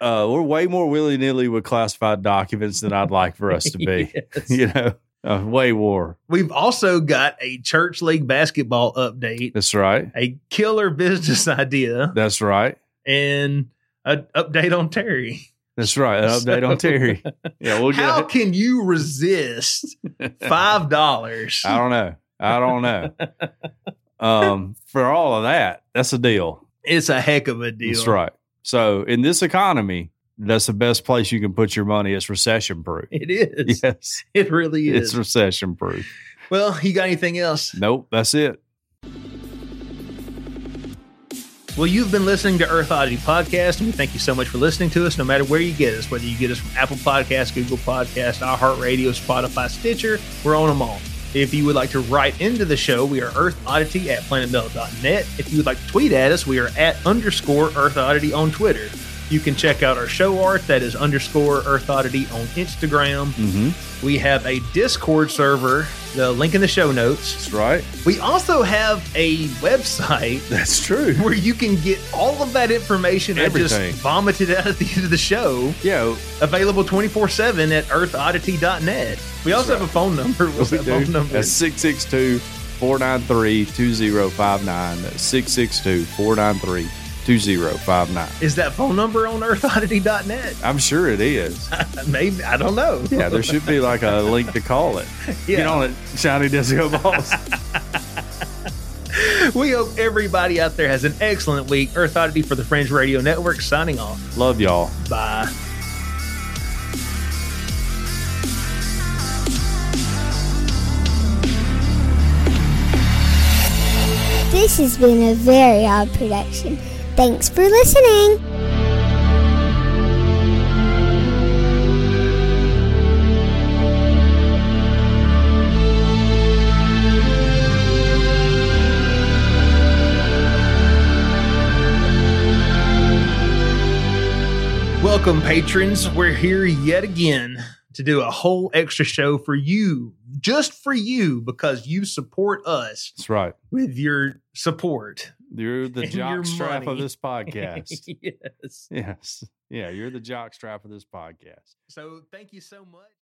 Speaker 2: uh, we're way more willy nilly with classified documents than I'd like for us to
Speaker 3: [laughs]
Speaker 2: be.
Speaker 3: Yes.
Speaker 2: You know, uh, way war.
Speaker 3: We've also got a church league basketball update,
Speaker 2: That's right.
Speaker 3: a killer business [laughs] idea,
Speaker 2: That's right.
Speaker 3: and an update on Terry.
Speaker 2: That's right. An update
Speaker 3: [laughs] So-
Speaker 2: on Terry. Yeah, we'll get.
Speaker 3: How can
Speaker 2: [laughs]
Speaker 3: you resist five dollars?
Speaker 2: I don't know. I don't
Speaker 3: [laughs]
Speaker 2: know. Um, for all of that, that's a deal.
Speaker 3: It's a heck of a deal.
Speaker 2: That's right. So in this economy, that's the best place you can put your money. It's recession proof.
Speaker 3: It is.
Speaker 2: Yes,
Speaker 3: It really
Speaker 2: it's
Speaker 3: is.
Speaker 2: recession proof.
Speaker 3: well, you got anything else?
Speaker 2: Nope, that's it.
Speaker 3: Well, you've been listening to Earth Oddity Podcast, and we thank you so much for listening to us, no matter where you get us, whether you get us from Apple Podcasts, Google Podcasts, iHeartRadio, Spotify, Stitcher, we're on them all. If you would like to write into the show, we are Earth Oddity at planetmail.net. If you would like to tweet at us, we are at underscore Earth Oddity on Twitter. You can check out our show art, that is underscore Earth Oddity on Instagram.
Speaker 2: Mm-hmm.
Speaker 3: We have a Discord server, the link in the show notes.
Speaker 2: That's right.
Speaker 3: We also have a website
Speaker 2: That's true.
Speaker 3: where you can get all of that information I
Speaker 2: Everything.
Speaker 3: just vomited out at the end of the show
Speaker 2: [laughs] Yeah,
Speaker 3: available 24-7 at earthoddity.net we also have a phone number what's
Speaker 2: we
Speaker 3: that
Speaker 2: do.
Speaker 3: phone number
Speaker 2: That's 662 493 2059. That's 662 493 2059.
Speaker 3: is that phone number on earthoddity.net
Speaker 2: I'm sure it
Speaker 3: [laughs]
Speaker 2: is.
Speaker 3: maybe i
Speaker 2: [laughs]
Speaker 3: don't know
Speaker 2: Yeah, there should be like a link to call it.
Speaker 3: Yeah.
Speaker 2: Get on it, Shiny Disco
Speaker 3: [laughs]
Speaker 2: Balls.
Speaker 3: we hope everybody out there has an excellent week earth oddity for the fringe radio network signing off
Speaker 2: Love y'all.
Speaker 3: bye
Speaker 7: This has been a very odd production. Thanks for listening.
Speaker 3: Welcome, patrons. We're here yet again to do a whole extra show for you, just for you, because you support us
Speaker 2: That's right.
Speaker 3: with your support.
Speaker 2: You're the
Speaker 3: [laughs] And your
Speaker 2: jock strap of
Speaker 3: money. [laughs]
Speaker 2: this [laughs] podcast.
Speaker 3: yes.
Speaker 2: yes. Yeah, you're the jock strap of this podcast.
Speaker 3: So, thank you so much.